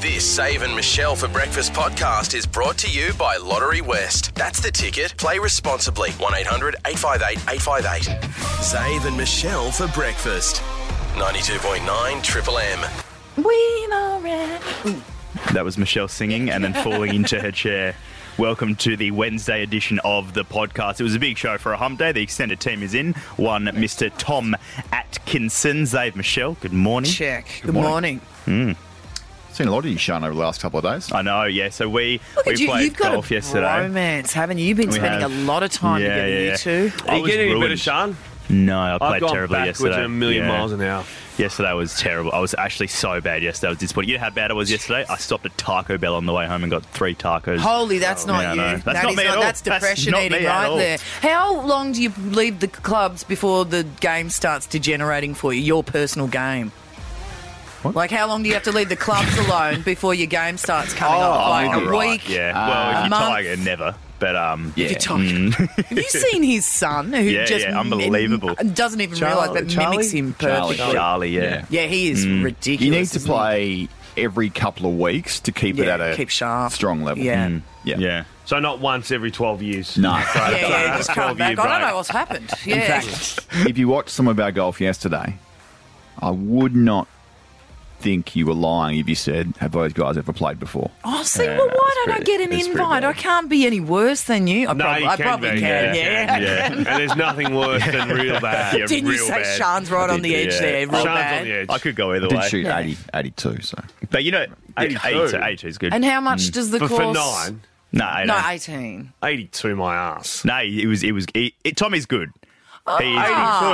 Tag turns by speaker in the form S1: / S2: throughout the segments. S1: This Save and Michelle for Breakfast podcast is brought to you by Lottery West. That's the ticket. Play responsibly. 1 800 858 858. Save and Michelle for Breakfast. 92.9 Triple M.
S2: We are at
S3: That was Michelle singing and then falling into her chair. Welcome to the Wednesday edition of the podcast. It was a big show for a hump day. The extended team is in. One, Mr. Tom Atkinson. Zave Michelle, good morning.
S4: Check.
S5: Good morning. Seen a lot of you, Sean, over the last couple of days.
S3: I know, yeah. So we,
S4: Look
S3: we
S4: at you.
S3: played
S4: You've got
S3: golf
S4: a
S3: yesterday.
S4: romance, haven't you? You've been
S3: We
S4: spending
S3: have.
S4: a lot of time
S3: Yeah,
S4: together,
S3: yeah.
S4: you two.
S3: I
S6: Are you
S3: was
S6: getting any better,
S3: ruined.
S6: Sean?
S3: No, I played
S6: I've gone
S3: terribly
S6: backwards
S3: yesterday.
S6: in a million
S3: Yeah.
S6: miles an hour.
S3: Yesterday was terrible. I was actually so bad yesterday. I was disappointed. You know how bad I was yesterday? I stopped at Taco Bell on the way home and got three tacos.
S4: Holy, that's not
S3: Yeah, I
S4: you.
S3: know. That's
S4: That
S3: not
S4: is
S3: me at all.
S4: That's
S3: That's
S4: depression
S3: not
S4: eating
S3: me at
S4: right
S3: all.
S4: there. How long do you leave the clubs before the game starts degenerating for you? Your personal game. Like, how long do you have to leave the clubs alone before your game starts coming off? Like a
S3: Oh, Right,
S4: week.
S3: Yeah.
S6: Ah.
S3: well, if
S4: month.
S3: you're Tiger, never. But um, yeah. Mm.
S4: You're tired. Have you seen his son? Who
S3: Yeah,
S4: just
S3: yeah, unbelievable.
S4: m- doesn't even realise that mimics him perfectly.
S3: Charlie, Mm. yeah.
S4: Yeah, he is ridiculous.
S5: You need to
S4: isn't he?
S5: play every couple of weeks to keep it
S4: Yeah,
S5: at a
S4: keep sharp.
S5: strong level. Mm. Yeah.
S4: Yeah.
S3: Mm. Yeah.
S6: So not once every 12 years.
S5: No.
S6: Right,
S4: Yeah, yeah,
S6: right,
S4: just
S6: right.
S4: come
S6: 12 year
S4: back. I don't
S6: break.
S4: know what's happened. Yeah.
S5: if you watched some of our golf yesterday, I would not think you were lying if you said, "Have those guys ever played before?"
S4: Oh, see, well, why don't I get an invite? I can't be any worse than you. I,
S6: No,
S4: prob-
S6: you
S4: I
S6: can
S4: probably
S6: be, yeah,
S4: can. Yeah.
S3: Yeah.
S6: And there's nothing worse than real bad.
S3: Yeah,
S4: Didn't you
S3: real
S4: say
S3: bad.
S4: Sean's right on the edge
S3: Yeah.
S4: there? Real
S6: Sean's
S4: bad.
S6: on the edge.
S3: I could go either
S5: Did
S3: way.
S5: shoot
S4: Yeah.
S5: 80, 82, so
S3: But you know, 82. 82, 82 is good.
S4: And how much does the
S6: But for
S4: course?
S6: nine,
S3: no, I
S4: No,
S3: don't.
S4: eighteen.
S6: 82 my ass.
S3: no, it was, it was, it, it, Tommy's good.
S4: Oh,
S3: He
S4: Ah.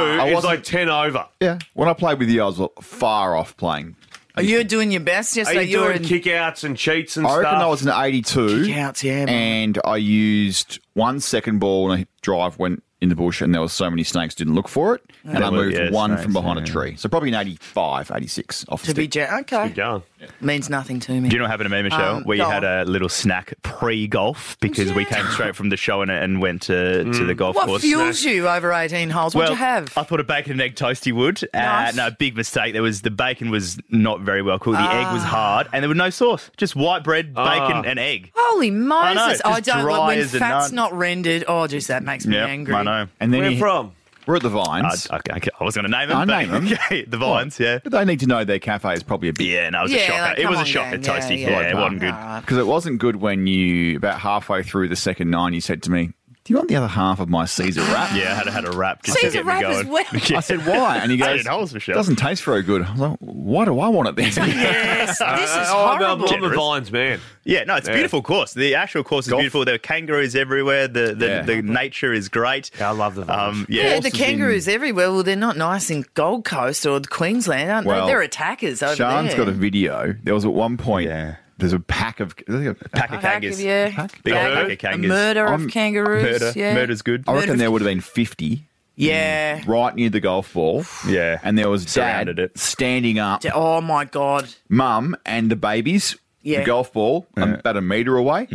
S3: is
S6: 82 is
S5: wasn't-
S6: like 10 over.
S5: yeah. When I played with you, I was far off playing.
S4: Oh, you were doing your best
S6: Are
S4: yesterday.
S6: you
S4: You were
S6: doing
S4: in
S6: kickouts and cheats and
S5: I reckon
S6: stuff?
S5: I was an 82.
S4: Kickouts, yeah, man.
S5: And I used one second ball and a drive went in the bush, and there was so many snakes, didn't look for it. And I
S3: There were,
S5: moved
S3: yeah,
S5: one from
S3: snakes,
S5: behind a
S3: yeah.
S5: tree. So probably an 85, 86 off the
S4: to be
S5: stick.
S4: ja- okay.
S6: Keep going.
S4: Means nothing to me.
S3: Do you know what happened to me, Michelle?
S4: Um,
S3: we
S4: go
S3: had
S4: on.
S3: a little snack pre-golf because we came straight from the show and, and went to, to the golf
S4: what
S3: course.
S4: fuels you over eighteen holes? What'd
S3: Well,
S4: you have?
S3: I thought a bacon and egg toasty would.
S4: Nice.
S3: Uh, no, big mistake. There was the bacon was not very well cooked. The egg
S4: Ah.
S3: was hard, and there was no sauce. Just white bread,
S6: Ah.
S3: bacon, and egg.
S4: Holy Moses!
S3: know, it's
S4: I
S3: just
S4: don't
S3: dry
S4: like when
S3: as a
S4: fat's
S3: nut.
S4: not rendered. Oh, geez, that makes me
S3: Yep,
S4: angry.
S3: I know.
S5: And then
S6: Where
S5: he-
S6: from?
S5: we're at the
S3: I,
S5: Vines.
S3: okay, okay, I was going to name them.
S5: I
S3: but-
S5: name 'em.
S3: Okay, the vines, yeah.
S5: but they need to know their cafe is probably a bit.
S3: Yeah, no, it was a
S4: Yeah,
S3: shocker.
S4: like,
S3: it
S4: come
S3: was a
S4: on,
S3: shocker,
S4: gang,
S3: toasty. Yeah,
S4: yeah,
S5: yeah. Ah.
S3: it wasn't good.
S4: Nah.
S5: Because it wasn't good when you, about halfway through the second nine, you said to me, Do you want the other half of my Caesar wrap?
S3: Yeah, I had, had a wrap just
S4: Caesar
S3: to get
S4: wrap
S3: me
S4: as
S3: going.
S4: well.
S3: Yeah.
S5: I said, Why? And he
S3: I
S5: goes,
S3: didn't know it was Michelle.
S5: doesn't taste very good. I was like, Why do I want it then?
S4: Yes, this is
S6: Oh, I'm-
S4: horrible.
S6: I'm, the
S3: Generous.
S6: Vines man.
S3: yeah, no, it's a beautiful course. The actual course is
S5: Golf.
S3: beautiful. There are kangaroos everywhere. The the,
S5: Yeah.
S3: the nature is great.
S6: Yeah, I love the vines.
S3: Um,
S4: Yeah,
S3: yeah,
S4: the
S5: horses
S4: kangaroos everywhere. Well, they're not nice in Gold Coast or Queensland, aren't
S5: Well,
S4: they? They're attackers over
S5: Sean's
S4: there.
S5: got a video. There was at one point,
S3: Yeah.
S5: there's a pack of. A
S3: pack of
S4: pack of
S3: kangas.
S4: yeah,
S3: Big old
S4: pack-
S3: pack of
S4: a
S3: kangas.
S4: murder
S5: I'm-
S4: of kangaroos.
S3: Murder.
S4: Yeah.
S3: Murder's good.
S5: I reckon there would have been 50
S4: Yeah.
S5: right near the golf ball.
S3: Yeah.
S5: And there was dad
S3: Surrounded it.
S5: standing up,
S4: D- Oh my god.
S5: mum and the babies,
S4: Yeah.
S5: the golf ball, about a meter away.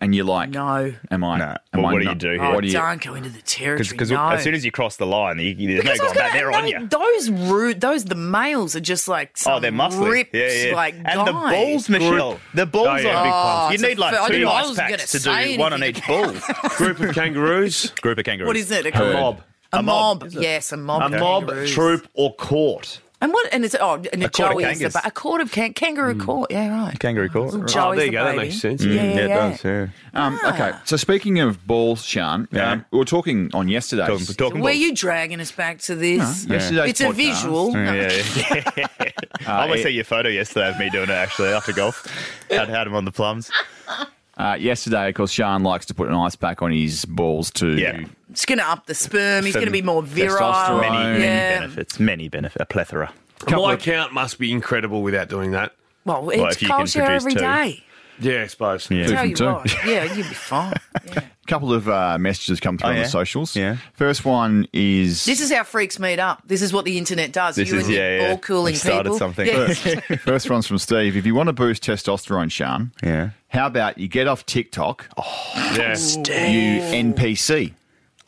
S5: And you're like,
S4: No.
S5: Am I?
S3: Mm. Nah.
S5: Am
S3: Well,
S5: I
S3: what do you
S5: not-
S3: do here?
S4: Oh,
S5: What do you?
S4: don't go into the territory.
S3: Because
S4: no.
S3: as soon as you cross the line, you, there's
S4: Because I
S3: no
S4: was
S3: going back.
S4: gonna-
S3: They're on
S4: no,
S3: you.
S4: Those rude. Those the males are just like some
S3: Oh, they're muscly.
S4: ripped,
S3: yeah, yeah.
S4: like
S3: and
S4: guys.
S3: the balls, Michelle. The balls
S6: Oh, yeah,
S3: are
S6: big
S4: Oh,
S3: You
S4: it's
S3: need
S4: a fair- I
S3: like two
S4: didn't- I
S3: ice
S4: was
S3: packs to
S4: gonna
S3: do
S4: say
S3: one on
S4: anything
S3: each ball.
S6: Group of kangaroos,
S3: Group of kangaroos.
S4: What is it? A,
S5: Herd.
S6: mob,
S4: A,
S3: A
S4: mob.
S3: mob,
S4: yes, a mob.
S6: a
S4: of
S6: mob,
S4: kangaroos.
S6: troop, or court.
S4: And what? And it's oh, and a
S3: quart of
S4: Joey's the
S3: kangas.
S4: ba- a quart of can- kangaroo court. Yeah, right.
S3: Kangaroo court. Mm,
S4: Joey's
S6: Oh, there
S4: the
S6: you go. That
S4: baby.
S6: makes sense.
S4: Yeah, yeah, yeah.
S3: Yeah.
S5: Um, okay. So speaking of balls, Sean,
S3: Yeah.
S5: um, we were talking on yesterday.
S3: Talking, talking
S4: Were
S3: balls.
S4: you dragging us back to this?
S5: Yesterday's
S4: It's a
S5: podcast.
S4: visual.
S3: Yeah,
S4: No.
S3: yeah, yeah. I almost
S6: Uh,
S5: it-
S3: see your photo yesterday of me doing it actually after golf. Had had him on the plums.
S5: Uh, yesterday, of course, Sean likes to put an ice pack on his balls to.
S3: Yeah.
S4: It's going to up the sperm. He's
S3: Fem-
S4: going to be more virile.
S5: testosterone.
S3: Many, many
S4: Oh, yeah.
S3: benefits. Many benefits. A plethora.
S6: My count must be incredible without doing that.
S4: Well,
S3: Well,
S4: it's
S3: if you
S4: cold
S3: can
S4: shower
S3: produce
S4: every
S3: two.
S4: day.
S6: Yeah, I suppose.
S5: Two
S4: Tell
S5: from
S4: you
S5: two.
S4: what. Yeah, you'd be fine. Yeah.
S5: couple of uh, messages come through
S3: Oh,
S5: on
S3: yeah?
S5: the socials.
S3: Yeah.
S5: First one is
S4: This is how freaks meet up. This is what the internet does.
S3: This
S4: you
S3: is-
S4: and your
S3: yeah, yeah.
S4: ball cooling
S3: We've started
S4: people.
S3: something.
S4: Yes.
S5: first one's from Steve. If you want to boost testosterone, Sean,
S3: Yeah.
S5: how about oh, you get off TikTok,
S6: Yeah.
S5: you NPC?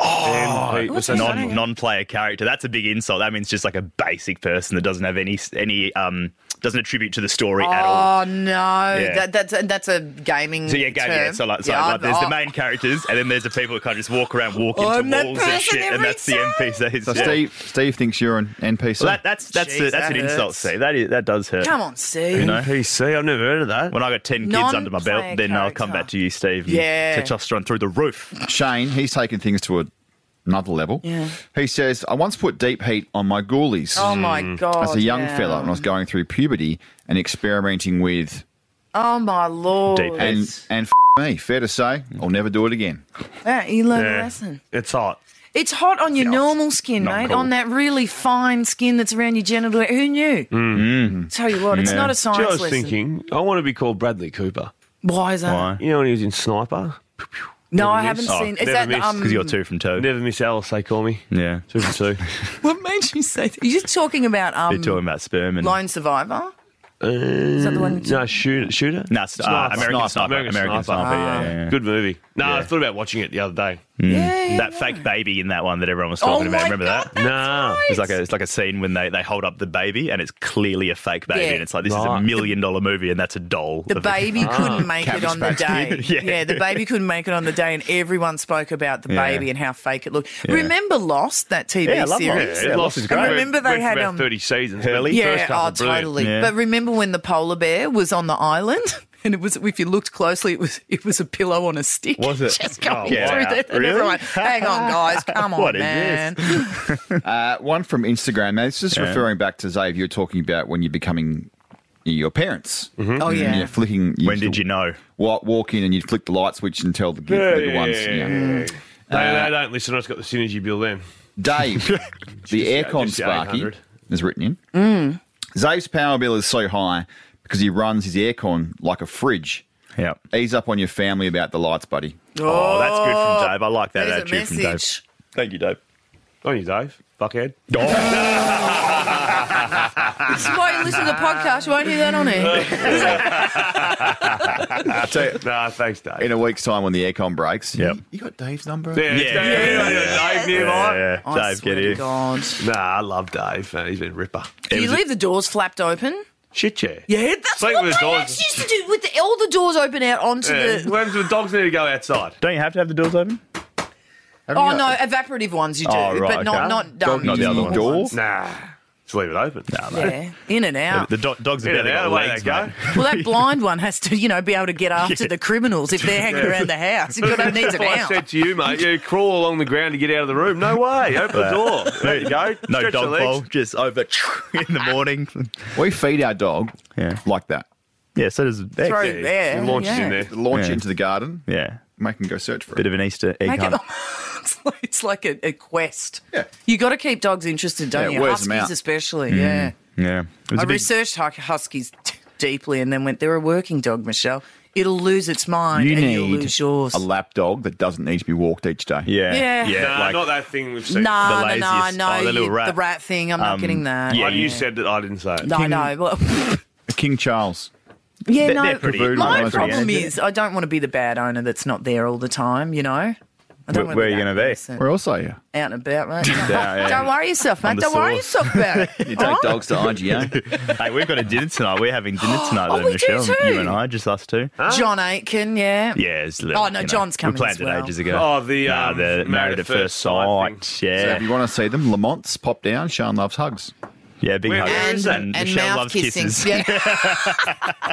S6: Oh, Pete was
S4: What's
S6: so
S4: his
S6: naughty.
S4: name?
S3: non non player character. That's a big insult. That means just like a basic person that doesn't have any any um doesn't attribute to the story at all.
S4: Oh no, that, that's a, that's a gaming.
S3: So yeah, game,
S4: term.
S3: yeah. So like, so
S4: Yeah,
S3: like
S4: I'm-
S3: there's the
S4: oh,
S3: main characters, and then there's the people that kind of just walk around, walk
S4: I'm
S3: into
S4: that
S3: walls and
S4: person
S3: shit, and
S4: every
S3: that's the
S4: time.
S3: NPCs.
S5: So
S3: Yeah.
S5: Steve, Steve thinks you're an NPC.
S3: Well, that, that's that's
S4: Jeez,
S3: a, that's
S4: that
S3: an insult,
S4: hurts.
S3: Steve. That is that does hurt.
S4: Come on, Steve.
S3: You know?
S6: PC, I've never heard of that.
S3: When I got ten kids under my
S4: Non-player
S3: belt, then I'll come
S4: character.
S3: back to you, Steve. and
S4: Yeah.
S3: testosterone through the roof.
S5: Shane, he's taken things to a, another level.
S4: Yeah.
S5: He says, I once put deep heat on my ghoulies
S4: Oh my god.
S5: as a young
S4: yeah.
S5: fella when I was going through puberty and experimenting with.
S4: Oh my lord.
S3: Deep head.
S5: And,
S3: Yes.
S5: and f- me, fair to say, I'll never do it again.
S4: Yeah, you learn a
S6: Yeah.
S4: lesson.
S6: It's hot.
S4: It's hot on your
S5: Yeah,
S4: normal skin,
S3: not
S4: mate.
S3: cool.
S4: On that really fine skin that's around your genital. Who knew? Tell you what, it's not a
S6: Do
S4: science
S6: you know what I was
S4: lesson.
S6: thinking? I want to be called Bradley Cooper.
S4: Why is that?
S3: Why?
S6: You know when he was in Sniper?
S4: No,
S6: Never
S4: I haven't
S6: missed.
S4: seen.
S6: Oh,
S4: Is
S6: never
S4: that the,
S6: missed.
S4: um?
S3: Because you're two from two.
S6: Never miss Alice, they call me.
S3: Yeah.
S6: Two for two.
S4: What made you say? That? You're talking about um.
S3: They're talking about sperm and
S4: Lone Survivor.
S6: Is
S4: that the one-
S6: No, shooter. Shooter?
S3: No, it's, uh, American Sniper.
S6: American,
S3: American
S6: Sniper.
S3: Sniper, yeah, yeah, yeah.
S6: Good movie. No, I
S3: Yeah.
S6: thought about watching it the other day.
S4: Yeah, yeah,
S3: that
S4: yeah.
S3: fake baby in that one that everyone was
S4: Oh
S3: talking about.
S4: my
S3: Remember
S4: God,
S3: that?
S4: that's
S6: Nah.
S4: right.
S3: It's like a, it's like a scene when they, they hold up the baby and it's clearly a fake baby
S4: Yeah.
S3: and it's like this is
S6: Right.
S3: a million dollar movie and that's a doll.
S4: The
S3: of a-
S4: baby couldn't make it
S5: Cabbage
S4: on the
S5: Patch
S4: day. yeah.
S3: Yeah.
S4: the baby couldn't make it on the day, and everyone spoke about the
S3: Yeah.
S4: baby and how fake it looked.
S3: Yeah.
S4: Remember Lost, that TV
S3: Yeah, I love
S4: series?
S3: Lost.
S6: Yeah,
S3: Yeah,
S6: Lost is
S3: and
S6: great.
S4: remember they
S6: Went for
S4: had,
S6: about
S4: um,
S6: 30 seasons. but
S3: Hurley?
S6: the
S4: Yeah,
S6: first half
S4: oh,
S6: were brilliant.
S4: totally.
S3: Yeah.
S4: But remember when the polar bear was on the island, and it was if you looked closely, it was it was a pillow on a stick.
S3: Was it?
S4: Just going
S3: Oh,
S4: through
S3: wow.
S4: that. And
S3: Really?
S4: everyone, Hang on, guys. Come on,
S3: What is
S4: man.
S5: Uh, one from Instagram. Now, this is referring back to Zave, you were talking about when you're becoming your parents.
S3: Mm-hmm.
S4: Oh
S3: Mm,
S4: yeah.
S5: You're flicking. You
S3: When did you know?
S5: Walk, walk in and you'd flick the light switch and tell the,
S6: Yeah,
S5: the
S6: yeah,
S5: ones.
S6: yeah,
S5: yeah.
S6: yeah.
S3: Mm. Uh,
S6: They, they don't listen. I just got the synergy bill then.
S5: Dave, the aircon
S6: just the
S5: Sparky
S6: 800.
S5: is written in. Mm. Zave's power bill is so high because he runs his aircon like a fridge.
S3: Yeah.
S5: Ease up on your family about the lights, buddy.
S3: Oh, that's good from Dave. I like that
S4: There's a
S3: attitude from Dave.
S4: message.
S3: Thank you, Dave.
S6: On Oh, you, Dave. Fuckhead.
S4: This is why you listen to the podcast. You won't hear that on air.
S5: So,
S6: Nah, thanks, Dave.
S5: in a week's time when the aircon breaks,
S3: Yep.
S5: you, you got Dave's number?
S6: yeah, it's
S3: Yeah.
S6: Dave. Dave nearby.
S3: Yeah,
S4: I
S3: Dave,
S4: swear
S3: get
S4: to
S3: here.
S4: God.
S6: Nah, I love Dave. man. He's been a ripper.
S4: Do you leave the doors flapped open?
S6: Shit, chair.
S4: Yeah, that's
S6: Sleep
S4: what
S6: with the
S4: they
S6: doors.
S4: actually used to do with the, all the doors open out onto
S6: Yeah.
S4: the.
S6: What happens when the dogs need to go outside?
S3: Don't you have to have the doors open?
S5: Haven't
S4: Oh
S5: you
S4: no,
S5: got-
S4: evaporative ones you do,
S3: Oh, right,
S4: but not
S3: okay.
S4: not
S5: Dog
S4: um,
S5: not the other
S4: normal
S5: one.
S4: ones.
S6: Nah. Just leave it open. Nah, mate.
S4: Yeah, in and out.
S3: The do- dogs have
S6: Yeah,
S3: barely
S6: the
S3: got
S6: other way
S3: legs,
S6: they go.
S3: mate.
S4: Well, that blind one has to, you know, be able to get after the criminals if they're hanging around the house. You've got to need an
S6: That's why I
S4: out.
S6: said to you, mate, you crawl along the ground to get out of the room. No way. Open the door. There you go.
S3: No
S6: Stretch your
S3: dog
S6: legs.
S3: bowl, just over in the morning.
S5: We feed our dog
S3: Yeah.
S5: like that.
S3: Yeah, so does
S4: Throw
S3: Beck.
S4: it there.
S6: It launches
S4: yeah.
S6: in there.
S5: Launch
S3: Yeah.
S5: into the garden,
S3: Yeah,
S5: make him go search for
S3: bit
S5: it.
S3: of an Easter egg
S4: Make it,
S3: hunt.
S4: it's like, it's like a, a quest.
S5: Yeah.
S4: You got to keep dogs interested, don't
S5: Yeah,
S4: you?
S5: wears them
S4: Huskies
S5: out.
S4: especially. Yeah.
S3: Yeah, it was Mm.
S4: I
S3: a big-
S4: researched hus- huskies t- deeply and then went, they're a working dog, Michelle. It'll lose its mind
S5: You
S4: and you'll
S5: need
S4: lose yours.
S5: a lap dog that doesn't need to be walked each day.
S3: Yeah,
S4: Yeah.
S3: yeah.
S6: Nah,
S3: like,
S6: not that thing we've
S4: No,
S6: seen.
S4: no,
S3: the
S4: no,
S3: laziest-
S4: no.
S3: oh, the little
S4: you-
S3: rat. Um,
S4: the rat thing. I'm not getting that.
S3: yeah,
S6: Oh, you said that I didn't say it.
S4: No, no. Well,
S5: King Charles.
S4: yeah,
S3: They're-
S4: no.
S3: they're pretty good
S4: my
S5: ones,
S4: problem
S3: yeah.
S4: is I don't want to be the bad owner that's not there all the time. You know, I don't
S3: Where- where are you
S4: going
S3: gonna
S4: to
S3: be?
S5: Where else are you?
S4: Out and about, mate.
S3: yeah.
S4: Don't worry yourself, mate.
S3: the
S4: Don't worry
S3: sauce.
S4: yourself about
S5: You
S4: it. All
S5: take
S4: right?
S5: dogs to IGA.
S3: hey, we've got a dinner tonight. We're having dinner tonight,
S4: Oh,
S3: though,
S4: we do
S3: Michelle.
S4: too.
S3: You and I, just us two.
S4: John Aitken, yeah.
S3: Yeah, it's a little,
S4: Oh, no,
S3: you know,
S4: John's coming
S3: We planned
S4: as
S3: it
S4: well.
S3: ages ago.
S6: Oh, the,
S3: Nah,
S6: um,
S3: the married at first sight.
S5: so
S3: Yeah,
S5: if you want to see them, Lamont's pop down. Sean loves hugs.
S3: yeah, big
S6: Where-
S3: hug.
S6: where is
S4: And,
S6: it?
S4: and,
S3: Michelle
S4: mouth
S3: loves
S4: kissing.
S3: kisses.
S4: Yeah.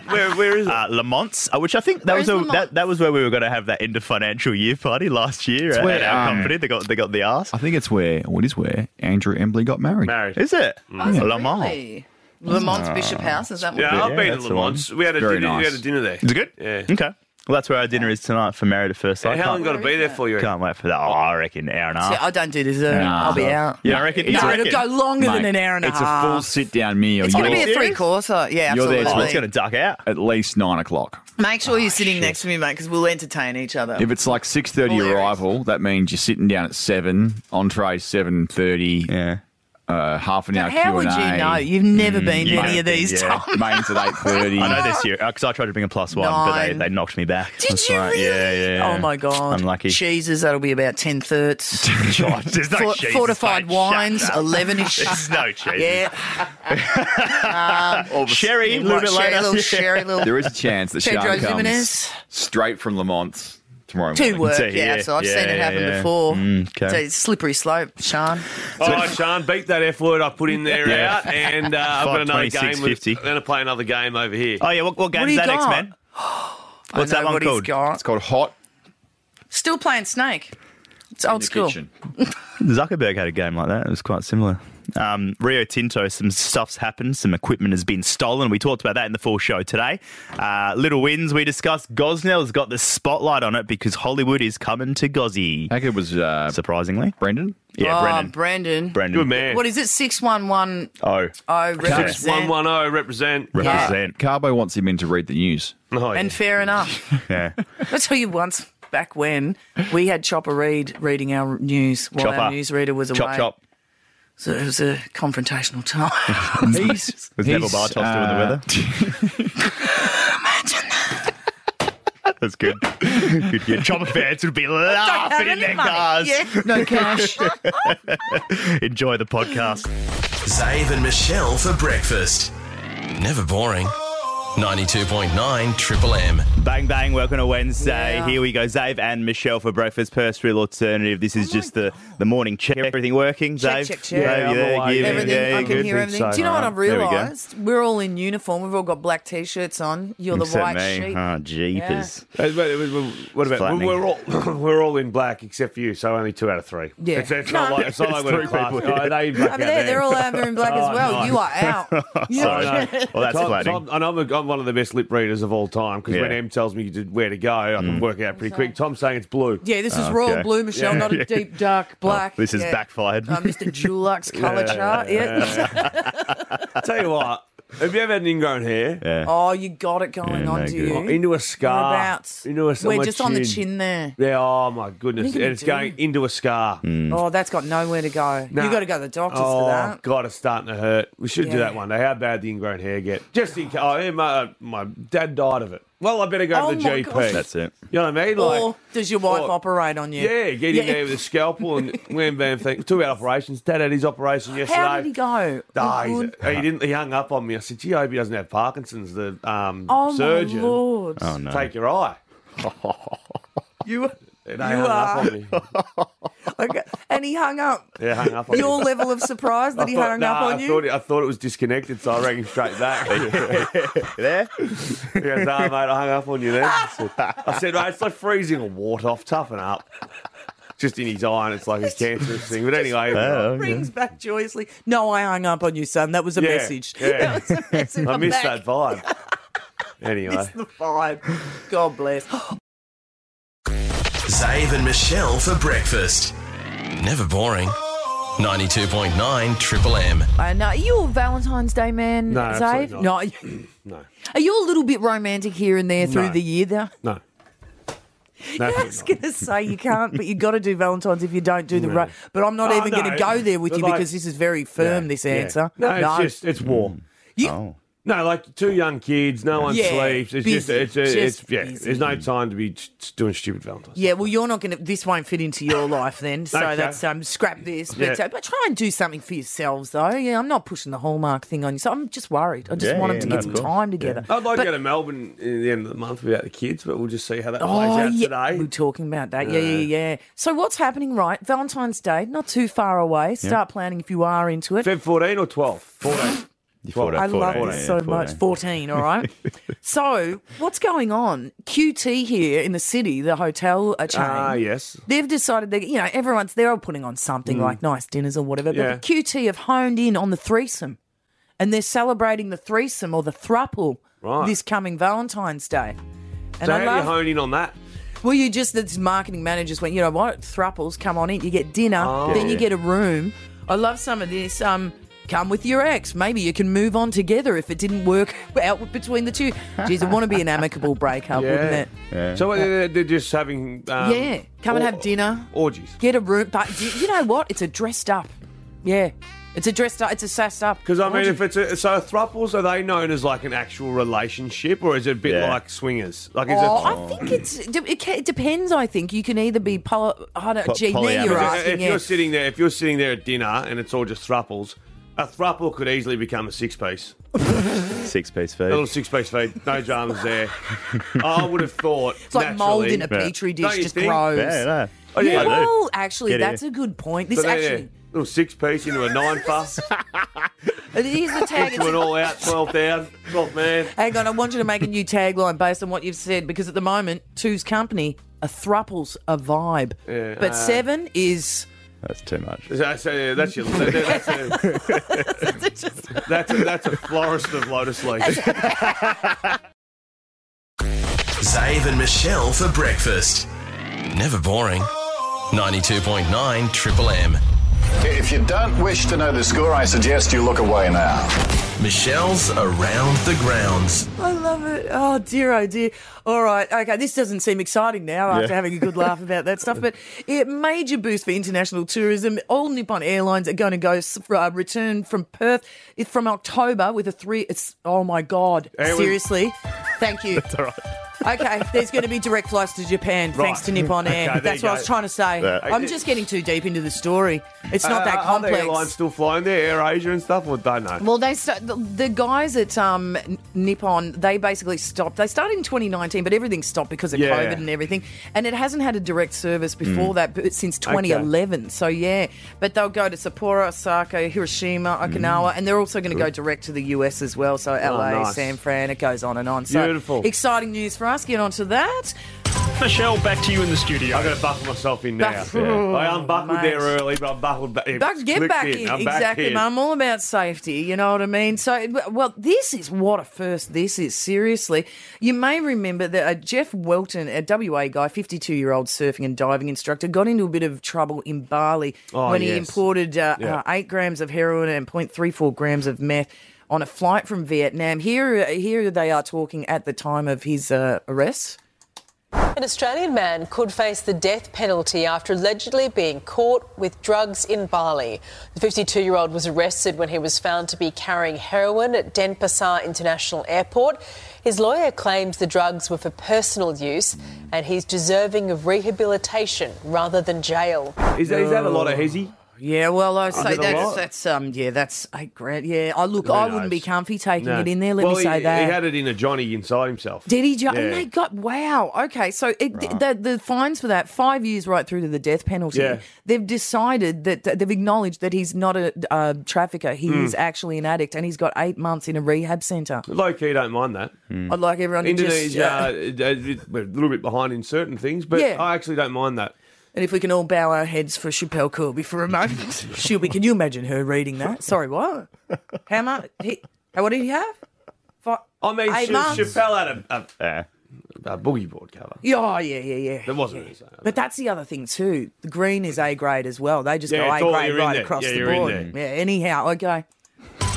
S6: Where, where is it?
S3: Uh, Lamont's, uh, which I think that
S4: Where
S3: was
S4: is
S3: a,
S4: Lamont?
S3: that, that was where we were going to have that end of financial year party last year at,
S5: where,
S3: at our
S5: um,
S3: company. They got they got the ass.
S5: I think it's where, or it is where, Andrew Embley got married.
S6: Married.
S3: Is it
S4: Oh,
S3: Lamont?
S4: really? Lamont's Bishop House, is that what
S6: Yeah, I've
S3: Ah. Yeah,
S6: been to
S3: that's the
S6: Lamont's. We had a
S5: Very
S6: dinner. We
S5: nice.
S6: had a dinner there.
S3: Is it good?
S6: Yeah.
S3: Okay. Well, that's where our dinner is tonight for Married at First Sight.
S6: How long
S3: Can't,
S6: got to be there for you?
S3: can't wait for that. Oh, I reckon hour and a
S4: See,
S3: half.
S4: I don't do dessert.
S5: Nah.
S4: I'll be out.
S3: Yeah, I reckon. you
S4: No,
S3: reckon?
S4: it'll go longer than
S5: Mate,
S4: an hour and a
S5: it's
S4: half.
S5: a full sit down meal.
S4: It's going to
S5: You're
S4: be a
S3: serious?
S4: three courser. Yeah,
S5: You're
S4: absolutely.
S5: there till
S3: Oh, it's going to duck out.
S5: at least nine o'clock.
S4: Make sure you're sitting next to me, mate, because we'll entertain each other.
S5: If it's like six thirty
S4: Hilarious.
S5: arrival, that means you're sitting down at seven. Entree seven thirty.
S3: Yeah.
S5: uh, half an hour
S4: How
S5: Q&A.
S4: would you know? You've
S3: Mm,
S4: never been to
S3: yeah,
S4: any of these,
S3: yeah.
S4: Tom.
S5: Mains at eight thirty.
S3: I know they're serious because I tried to bring a plus one, but they,
S4: Nine.
S3: they knocked me back.
S4: Did
S3: That's
S4: you
S3: right.
S4: really?
S3: Yeah, yeah, yeah.
S4: Oh my god.
S3: Unlucky.
S4: Cheeses, that'll be about ten thirds.
S3: God, there's no
S4: For,
S3: cheese,
S4: fortified
S3: mate. Shut
S4: wines,
S3: up.
S4: eleven ish.
S3: There's no cheese.
S4: Yeah,
S3: Sherry, a little bit
S4: What, sherry,
S3: later.
S4: little
S3: Yeah.
S4: sherry, little
S5: There is a chance that
S4: Pedro
S5: Shark comes
S4: Jimenez.
S5: straight from Lamont's tomorrow morning.
S4: Two work,
S3: So,
S4: yeah,
S3: yeah,
S4: so I've
S3: yeah,
S4: seen it
S3: yeah,
S4: happen
S3: yeah.
S4: before.
S3: Mm, okay.
S4: So it's slippery slope, Sean.
S6: All right, Sean, beat that F word I put in there
S3: Yeah.
S6: out, and uh, I've got another game. With,
S3: 526.50.
S6: I'm going to play another game over here.
S3: Oh yeah, what, what
S4: What
S3: game
S4: do
S3: is
S4: you
S3: that,
S4: got?
S3: X Men?
S4: I
S3: What's
S4: know
S3: that one
S4: what he's
S3: called?
S4: got.
S5: It's called Hot
S4: Still playing Snake. It's
S5: in
S4: old
S5: the
S4: school.
S5: Kitchen.
S3: Zuckerberg had a game like that. It was quite similar. Um, Rio Tinto, some stuff's happened. Some equipment has been stolen. We talked about that in the full show today. Uh, little wins we discussed. Gosnell's got the spotlight on it because Hollywood is coming to Gozzy.
S5: How good was uh,
S3: Surprisingly.
S5: Brendan?
S3: Yeah,
S4: oh,
S3: Brendan.
S4: Brendan.
S3: Brendan.
S6: Good man.
S4: What is it? Six one one
S3: Oh,
S4: oh represent.
S6: Six one one zero represent.
S3: represent.
S5: Carbo wants him in to read the news.
S6: Oh, yeah.
S4: And fair enough.
S3: Yeah.
S4: I'll tell you once back when we had Chopper Reed reading our news while our
S3: Chopper.
S4: newsreader was away.
S3: chop, chop.
S4: So it was a confrontational time.
S5: He's,
S3: Was Neville Bartos doing the
S4: uh,
S3: weather?
S4: uh,
S3: That's good. good, good. Chopper fans would be laughing in their cars.
S4: Yeah.
S5: no cash.
S3: Enjoy the podcast.
S1: Zave and Michelle for breakfast. Never boring. 92.9 Triple M.
S3: Bang bang, welcome to Wednesday.
S4: Yeah.
S3: Here we go. Zave and Michelle for breakfast. First real alternative. This is just the, the morning check. Everything working,
S4: Oh Check,
S3: Zave?
S4: check, check.
S3: Zave, you
S4: Yeah,
S3: there? Give me-
S4: Everything,
S3: yeah,
S4: I
S3: good.
S4: can hear everything.
S3: So,
S4: Do you know what I've
S3: there we go.
S4: realised? We're all in uniform. We've all got black t-shirts on. You're the
S3: Except
S4: white
S3: me.
S4: sheep.
S3: Oh, jeepers.
S6: Uh, wait, wait, wait, What about
S3: Flattening.
S6: we're all we're all in black except for you, so only two out of three.
S4: Yeah.
S6: it's, it's not
S4: No.
S6: like it's not like
S3: It's
S6: we're in
S3: three
S6: class.
S3: people, yeah.
S6: Oh, they in black
S4: Over
S6: out
S4: there, they're all over in black as
S6: Oh,
S4: well.
S6: nice.
S4: You are out. You are
S6: I know.
S3: Well, that's
S6: Tom-
S3: flattening.
S6: Tom- and I'm, a, I'm one of the best lip readers of all time because when
S3: Yeah.
S6: Em tells me to, where to go, I can work it out pretty quick. Tom's saying it's blue.
S4: Yeah, this is royal
S3: Ah, okay. Oh,
S4: blue, Michelle, not a deep dark black.
S3: This is
S4: Yeah.
S3: backfired.
S4: Uh, Mr. Dulux colour chart. Yeah.
S6: Tell you what, have you ever had an ingrown hair?
S4: Oh, you got it going
S3: Yeah,
S4: on,
S3: no
S4: do
S3: good. Oh,
S4: you?
S6: Into a scar.
S4: Whereabouts?
S6: Into a
S4: We're
S6: my
S4: just on the chin there.
S6: Yeah, oh my goodness.
S4: What are
S6: And
S4: you
S6: it's
S4: gonna do?
S6: going into a scar.
S3: Mm.
S4: Oh, that's got nowhere to go.
S6: Nah.
S4: you got to go to the doctors
S6: oh,
S4: for that.
S6: God, it's starting to hurt. We should do
S4: Yeah.
S6: that one day. How bad the ingrown hair get? Just in case. Oh, yeah, my, my dad died of it. Well, I better go
S4: Oh
S6: to the
S4: my
S6: GP.
S4: God.
S3: That's it.
S6: You know what I mean? Like,
S4: Or does your wife
S6: or-
S4: operate on you?
S6: yeah, get in
S4: Yeah.
S6: there with a scalpel and wham bam thing. Two out operations. Dad had his operation yesterday.
S4: How did he go?
S6: Ah,
S4: Oh,
S6: he's-
S4: good.
S6: he didn't. He hung up on me. I said, "Gee, I hope he doesn't have Parkinson's." The um,
S4: Oh,
S6: surgeon
S4: my lord.
S3: Oh, no.
S6: take your eye.
S4: You,
S6: They
S4: you
S6: hung up
S4: are.
S6: on me.
S4: Okay. And he hung up.
S6: They hung up on
S4: Your
S6: me.
S4: level of surprise that
S6: I
S4: he
S6: thought-
S4: hung
S6: nah,
S4: up on
S6: I
S4: you?
S6: Thought it, I thought it was disconnected, so I rang him straight back.
S3: There?
S6: He goes, "Ah, mate, I hung up on you then."
S4: Ah!
S6: I said, I said, "Mate, it's like freezing a wart off. Toughen up." Just in his eye, and it's like a cancerous thing. But anyway,
S3: Oh, okay.
S4: Rings back joyously. No, I hung up on you, son. That was a
S6: Yeah,
S4: message.
S6: yeah.
S4: That was a message.
S6: I
S4: I'm
S6: missed that
S4: back.
S6: vibe. Anyway,
S4: It's the vibe. God bless.
S1: Zave and Michelle for breakfast. Never boring. 92.9 Triple M.
S4: I know. Are you a Valentine's Day man,
S6: No,
S4: Zave?
S6: absolutely
S4: No.
S6: no,
S4: Are you a little bit romantic here and there through
S6: No.
S4: the year, though?
S6: no.
S4: I
S6: That's
S4: was going to say you can't, but you got to do Valentine's if you don't do the right. But I'm not
S6: Oh,
S4: even going
S6: no.
S4: to go there with
S6: But
S4: you
S6: like-
S4: because this is very firm.
S6: Yeah,
S4: This
S6: yeah.
S4: answer.
S6: No, it's just it's war.
S3: Oh.
S6: No, like two young kids, no one
S4: Yeah,
S6: sleeps. It's just,
S4: busy,
S6: it's, it's,
S4: just
S6: it's yeah.
S4: busy.
S6: There's no time to be st- doing stupid Valentine's.
S4: Yeah, well, you're not going to. This won't fit into your life then. So
S6: Okay.
S4: that's um, scrap this. But,
S6: Yeah.
S4: uh, but try and do something for yourselves, though. Yeah, I'm not pushing the hallmark thing on you. So I'm just worried. I just
S3: Yeah,
S4: want
S3: yeah,
S4: them to
S3: no,
S4: get
S3: of
S4: some
S3: course.
S4: time together.
S6: I'd like to go to Melbourne at the end of the month without the kids, but we'll just see how that plays
S4: Oh,
S6: out
S4: yeah. We We're
S6: today.
S4: talking about that. Yeah, yeah, yeah. So what's happening, right? Valentine's Day, not too far away. Start planning if you are into it.
S6: Feb 14 or 12? 14.
S3: You thought
S4: I love
S3: 14,
S4: this
S3: yeah,
S4: so
S3: 14.
S4: much. 14, all right? so, what's going on? QT here in the city, the hotel uh, chain.
S6: Ah, yes.
S4: They've decided they, you know, everyone's they're all putting on something like nice dinners or whatever. But
S6: Mm. Yeah.
S4: the QT have honed in on the threesome, and they're celebrating the threesome or the thruple
S6: Right.
S4: this coming Valentine's Day. And
S6: So
S4: I
S6: how do you
S4: love.
S6: hone in on that?
S4: well, you just the marketing managers went, you know what, thruples, come on in. You get dinner,
S6: Oh.
S4: then you get a room. I love some of this. Um, come with your ex. Maybe you can move on together if it didn't work out between the two. Geez, it want to be an amicable breakup, wouldn't it?
S6: So uh, they're just having. Um,
S4: Yeah. Come and have dinner.
S6: Orgies.
S4: Get a room, but you- you know what? It's a dressed up. Yeah. It's a dressed up. It's a sassed up.
S6: Because I mean, if it's a, so a thruples, are they known as like an actual relationship, or is it a bit
S3: Yeah.
S6: like swingers? Like, is
S4: Oh,
S6: it?
S4: I think it's de- it, ca- it depends. I think you can either be poly. I don't. Gee, there you're
S3: polyamorous.
S4: asking.
S6: if
S4: yeah.
S6: you're sitting there, if you're sitting there at dinner and it's all just thruples, a thruple could easily become a six piece.
S3: Six piece
S6: A little
S3: feed.
S6: six piece feed, no dramas there. I would have thought
S4: It's like mold in a
S3: Yeah.
S4: petri
S6: Don't
S4: dish
S6: you
S4: just
S6: think?
S4: grows.
S3: Yeah, no.
S6: Oh, yeah,
S4: Yeah,
S6: I do.
S4: well, actually,
S3: Get it.
S4: that's a good point. This
S6: So there,
S4: actually,
S6: little six piece into a nine fuss,
S4: it is the tag.
S6: into an all out twelve down, twelve man.
S4: Hang on, I want you to make a new tagline based on what you've said because at the moment, two's company, a thruple's a vibe,
S6: Yeah,
S4: but
S6: uh,
S4: seven is
S3: That's too much.
S6: So, so,
S4: uh,
S6: yeah, that's your. That's a, that's, a, that's a florist of lotus leaves.
S1: Zave and Michelle for breakfast. Never boring. 92.9 Triple M.
S7: If you don't wish to know the score, I suggest you look away now.
S1: Michelle's around the grounds.
S4: I love it. Oh dear, oh dear. All right, okay. This doesn't seem exciting now after having a good laugh about that stuff, but it major boost for international tourism. All Nippon Airlines are going to go s- uh, return from Perth i- from October with a three. It's oh my god,
S6: Hey, we-
S4: seriously. Thank you. That's all right. Okay, there's going to be direct flights to Japan thanks to Nippon Air.
S6: Okay, there
S4: That's
S6: you
S4: what I
S6: go.
S4: was trying to say. I'm just getting too deep into the story. It's not
S6: Uh,
S4: that
S6: Are the
S4: complex.
S6: airlines still flying there, Air Asia and stuff, or don't know?
S4: Well, they st- the, the guys at um, N- Nippon, they basically stopped. They started in 2019, but everything stopped because of
S6: Yeah. Mm.
S4: COVID and everything. And it hasn't had a direct service before that but since 2011. So, yeah. But they'll go to Sapporo, Osaka, Hiroshima, Okinawa, and they're also going to go direct to the US as well. So, LA,
S6: Mm. Oh, nice.
S4: San Fran, it goes on and on. So,
S6: Beautiful.
S4: Exciting news for us. Get on to that.
S8: Michelle, back to you in the studio.
S6: I'm going to buckle myself in now.
S4: Buff- Yeah.
S6: I unbuckled
S4: Mate.
S6: there early, but I'm buckled back.
S4: But get
S6: clicked
S4: back in.
S6: I'm back
S4: exactly.
S6: in.
S4: mate. I'm all about safety. You know what I mean? So, well, this is what a first this is. Seriously. You may remember that uh, Jeff Welton, a WA guy, 52 year old surfing and diving instructor, got into a bit of trouble in Bali
S6: Oh,
S4: when he
S6: yes.
S4: imported uh,
S6: Yeah.
S4: uh, 8 grams of heroin and 0.34 grams of meth. On a flight from Vietnam, here here they are talking at the time of his uh, arrest.
S9: An Australian man could face the death penalty after allegedly being caught with drugs in Bali. The 52 year old was arrested when he was found to be carrying heroin at Denpasar International Airport. His lawyer claims the drugs were for personal use and he's deserving of rehabilitation rather than jail.
S6: Is, that, is that a lot of hezzy?
S4: Yeah, well, I say
S6: it a
S4: that's
S6: lot?
S4: that's um, yeah, that's eight grand. Yeah, I look, I wouldn't be
S6: knows?
S4: comfy taking
S6: No.
S4: it in there. Let
S6: well,
S4: me say
S6: he,
S4: that.
S6: He had it in a Johnny inside himself.
S4: Did he? Jo-
S6: Yeah.
S4: And they got wow. Okay, so it, the, the fines for that five years right through to the death penalty.
S6: Yeah.
S4: They've decided that they've acknowledged that he's not a uh, trafficker. He
S6: Hmm.
S4: is actually an addict, and he's got eight months in a rehab centre.
S6: Low key, don't mind that.
S4: I'd like everyone to just
S6: Indonesia,
S4: yeah.
S6: Hmm. uh, uh, we're a little bit behind in certain things, but
S4: Yeah.
S6: I actually don't mind that.
S4: and if we can all bow our heads for Chappelle Corby for a moment, she'll be. Can you imagine her reading that? Sorry, what? How much? He, how what did he have? Five,
S6: I mean,
S4: Eight
S6: Ch-
S4: months.
S6: Chappelle had a,
S3: Yeah.
S6: a, a boogie board cover.
S4: Yeah, oh, yeah, yeah, yeah.
S6: That wasn't his.
S4: But that's the other thing too. The green is A grade as well. They just
S6: Yeah, it's
S4: go
S6: all-
S4: A grade
S6: you're in
S4: right
S6: there.
S4: across
S6: Yeah,
S4: the
S6: you're in
S4: board.
S6: there.
S4: Yeah. Anyhow, okay.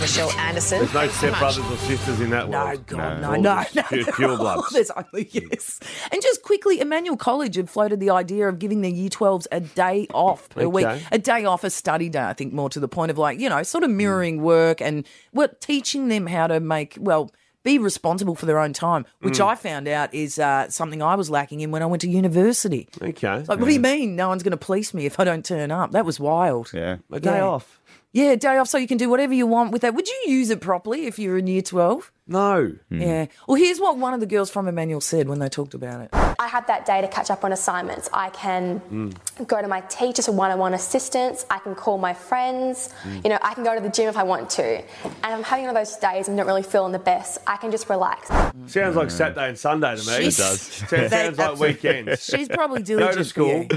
S9: Michelle Anderson.
S6: There's no stepbrothers or sisters in that
S4: No,
S6: world.
S4: God, no,
S6: Oh, All
S4: no,
S6: just
S4: no.
S6: Pure, pure blood.
S4: There's only yes. And just quickly, Emmanuel College had floated the idea of giving the Year 12s a day off per week,
S6: Okay.
S4: a day off, a study day. I think more to the point of like you know,
S6: Hmm.
S4: sort of mirroring work and what teaching them how to make well. Be responsible for their own time, which
S6: Hmm.
S4: I found out is uh, something I was lacking in when I went to university.
S6: Okay.
S4: Like, what do you mean? No one's going to police me if I don't turn up. That was wild.
S3: Yeah.
S6: a day
S4: yeah.
S6: off.
S4: Yeah, day off, so you can do whatever you want with that. Would you use it properly if you're in year 12?
S6: No.
S4: Yeah. Well, here's what one of the girls from Emmanuel said when they talked about it.
S10: I have that day to catch up on assignments. I can go to my teacher for one-on-one assistance. I can call my friends. You know, I can go to the gym if I want to. And I'm having one of those days I'm not really feeling the best. I can just relax.
S6: Sounds like Saturday and Sunday to me.
S4: Jeez. It
S3: does.
S6: Sounds, sounds
S4: They
S6: like weekends.
S4: She's probably diligent.
S6: school.
S4: For you.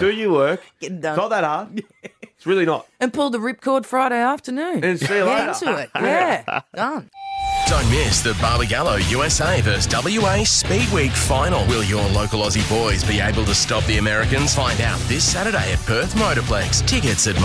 S6: Do your work.
S4: Getting done.
S6: It's not that hard. It's really not.
S4: and pulled the ripcord Friday afternoon.
S6: And see you
S4: Get
S6: later.
S4: into it. Yeah. Done.
S1: Don't miss the Barbagallo USA vs WA Speed Week final. Will your local Aussie boys be able to stop the Americans? Find out this Saturday at Perth Motorplex. Tickets at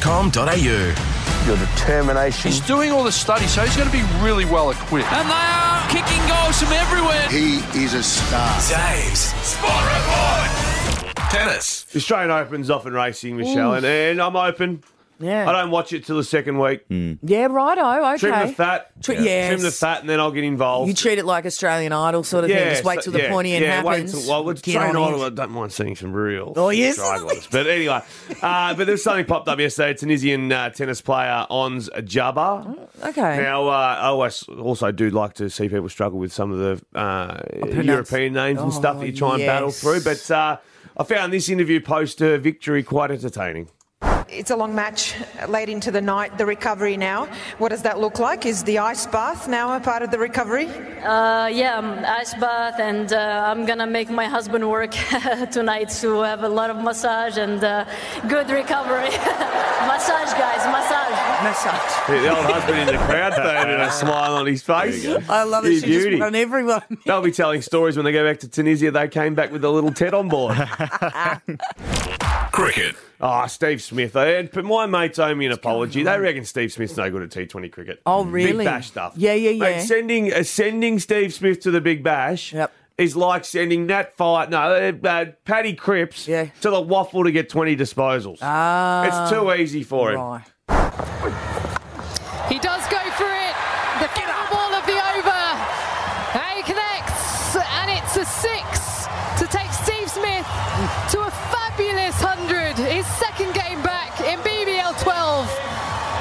S1: motorplex.com.au.
S11: Your determination.
S12: He's doing all the study, so he's going to be really well equipped.
S8: And they are kicking goals from everywhere.
S7: He is a star.
S13: Uh,
S1: Dave's Spot Report. Tennis.
S6: The Australian Open's off in racing, Michelle, and, and I'm open.
S4: Yeah.
S6: I don't watch it till the second week.
S4: Yeah, righto. Okay.
S6: Trim the fat.
S4: Tri- yes.
S6: Trim the fat, and then I'll get involved.
S4: You treat it like Australian Idol sort of thing. Just wait till the pointy end
S6: yeah,
S4: happens.
S6: Wait till, well, it's
S4: Get
S6: Train
S4: on
S6: Idol.
S4: it.
S6: I don't mind seeing some real
S4: Oh, yes.
S6: dried ones. But anyway, uh, but there's something popped up yesterday. Tunisian uh, tennis player Ons Jabba.
S4: Oh, Okay.
S6: Now, uh, I always also do like to see people struggle with some of the uh, European names and stuff that you try
S4: Oh,
S6: and battle
S14: yes.
S6: through. But uh, I found this interview post her victory quite entertaining.
S14: It's a long match late into the night, the recovery now. What does that look like? Is the ice bath now a part of the recovery?
S15: Uh, yeah, um, ice bath, and uh, I'm gonna make my husband work tonight to have a lot of massage and uh, good recovery. massage, guys, massage.
S4: Massage.
S6: The old husband in the crowd though, and a smile on his face.
S4: I love it.
S6: You
S4: She
S6: beauty.
S4: just won everyone.
S6: They'll be telling stories when they go back to Tunisia. They came back with a little Ted on board.
S1: Cricket.
S6: Ah, Steve Smith. They had, but my mates owe me an apology. They reckon Steve Smith's no good at T20 cricket.
S4: Oh, really?
S6: Big Bash stuff.
S4: Yeah, yeah, yeah.
S6: Mate, sending, uh, sending Steve Smith to the Big Bash is like sending Nat Fight, no, uh, uh, Paddy Cripps to the Waffle to get 20 disposals.
S4: Ah.
S6: it's too easy for him.
S4: right.
S16: He does go for it. The final ball of the over. And he connects, and it's a six to take Steve Smith to a fabulous 100. His second game back in BBL 12.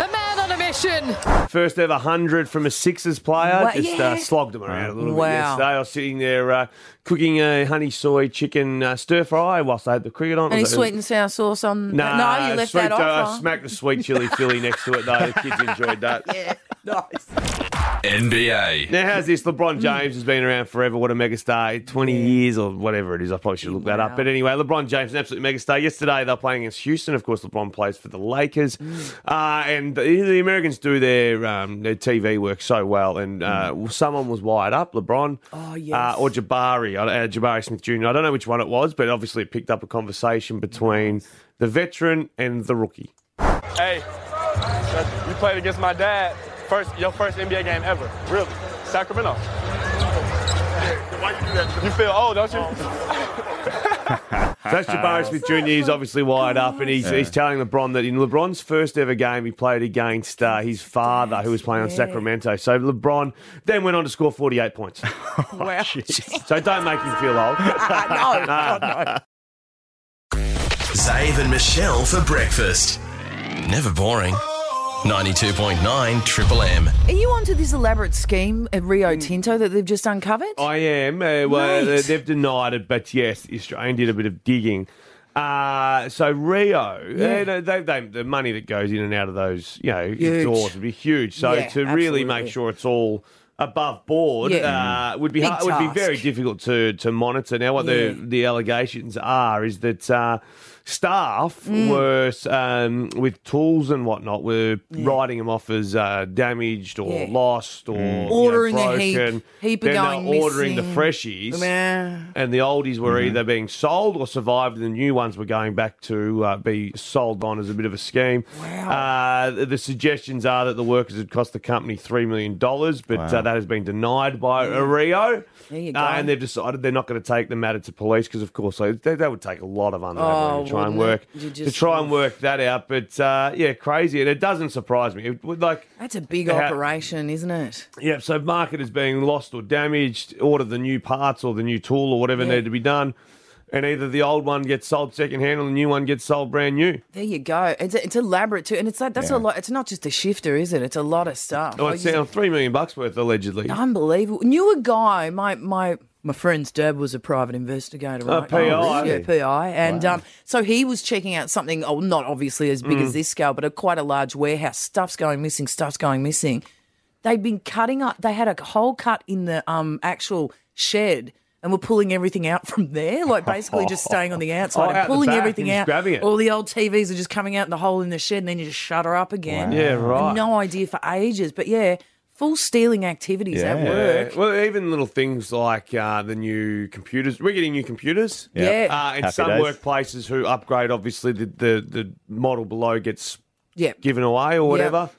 S16: A man on a mission.
S6: First ever 100 from a Sixers player.
S16: Wow,
S6: Just
S16: yeah.
S6: uh, slogged them around a little
S16: Wow.
S6: bit yesterday. I was sitting there uh, cooking a honey soy chicken uh, stir fry whilst I had the cricket on.
S4: Any
S6: Was it-
S4: sweet and sour sauce on?
S6: Nah,
S4: no, you left
S6: sweet,
S4: that
S6: Uh,
S4: off. huh?
S6: smack the sweet chili filly next to it, though. The kids enjoyed that.
S4: yeah, nice.
S1: NBA.
S6: Now, how's this? LeBron James has been around forever. What a megastar. 20 years or whatever it is. I probably should look that up. But anyway, LeBron James, an absolute megastar. Yesterday, they're playing against Houston. Of course, LeBron plays for the Lakers. Uh, and the, the Americans do their, um, their TV work so well. And uh, someone was wired up, LeBron. Oh,
S4: yes.
S6: Uh, or Jabari, uh, Jabari Smith Jr. I don't know which one it was, but obviously it picked up a conversation between the veteran and the rookie.
S17: Hey, that- you played against my dad. First, your first NBA game ever, really? Sacramento. You feel old, don't you?
S6: So that's Jabari Smith Jr. He's obviously wired up, and he's,
S17: Yeah.
S6: he's telling LeBron that in LeBron's first ever game, he played against uh, his father, who was playing on Sacramento. So LeBron then went on to score 48 points. Oh,
S4: wow. Ah,
S6: so don't make him feel old.
S4: no,
S1: Zave and Michelle for breakfast. Never boring. 92.9 Triple M.
S4: Are you onto this elaborate scheme at Rio Tinto that they've just uncovered?
S6: Hmm. I am. Uh, well,
S4: Mate.
S6: they've denied it, but yes, the Australian did a bit of digging. Uh, so Rio,
S4: Yeah.
S6: uh, they, they, they, the money that goes in and out of those, you know,
S4: Huge.
S6: doors would be huge. So
S4: Yeah,
S6: to really make
S4: absolutely.
S6: sure it's all above board
S4: Yeah.
S6: uh, would be
S4: Big
S6: hard, would be
S4: task.
S6: very difficult to to monitor. Now, what
S4: Yeah.
S6: the the allegations are is that. Uh, Staff
S4: Mm.
S6: were um, with tools and whatnot were writing them off as uh, damaged or
S4: Yeah.
S6: lost or you know,
S4: Ordering the heap.
S6: broken.
S4: Heap are
S6: They're now
S4: going
S6: ordering the
S4: missing.
S6: freshies
S4: Yeah.
S6: and the oldies were either being sold or survived, and the new ones were going back to uh, be sold on as a bit of a scheme. Wow. Uh, the- the suggestions are that the workers had cost the company $3 million, but uh, that has been denied by Rio.
S4: There you
S6: Uh,
S4: go.
S6: and they've decided they're not going to take the matter to police because, of course, they, they, that would take a lot of unraveling
S4: Oh,
S6: to try and
S4: wouldn't
S6: work
S4: it? You
S6: to
S4: just-
S6: try and work that out. But uh, yeah, crazy, and it doesn't surprise me. It would like
S4: That's a big
S6: How-
S4: operation, isn't it?
S6: Yep, so market is being lost or damaged, order the new parts or the new tool or whatever
S4: Yeah.
S6: need to be done. And either the old one gets sold secondhand or the new one gets sold brand new.
S4: There you go. It's, it's elaborate too, and it's like that's
S6: Yeah.
S4: a lot. It's not just a shifter, is it? It's a lot of stuff.
S6: Oh,
S4: I
S6: it's
S4: used-
S6: down three million bucks worth allegedly.
S4: Unbelievable. Knew a guy. My my my friend's dad was a private investigator.
S6: Oh,
S4: Right?
S6: PI.
S4: yeah, PI, and
S6: Wow.
S4: um, so he was checking out something. Oh, not obviously as big
S6: Mm.
S4: as this scale, but a quite a large warehouse. Stuff's going missing. Stuff's going missing. They'd been cutting up. They had a hole cut in the um actual shed. And were pulling everything out from there, like basically just staying on the outside
S6: Oh,
S4: and
S6: out the
S4: pulling
S6: back
S4: everything
S6: and just
S4: out.
S6: grabbing it.
S4: All the old TVs are just coming out in the hole in the shed, and then you just shut her up again.
S6: Wow. Yeah, right.
S4: No idea for ages, but yeah, full stealing activities at work.
S6: Well, even little things like uh, the new computers. We're getting new computers.
S4: Yeah. Yeah.
S6: Uh, and
S4: Happy
S6: some
S4: days.
S6: workplaces who upgrade, obviously, the, the, the model below gets
S4: Yeah.
S6: given away or
S4: Yep.
S6: whatever.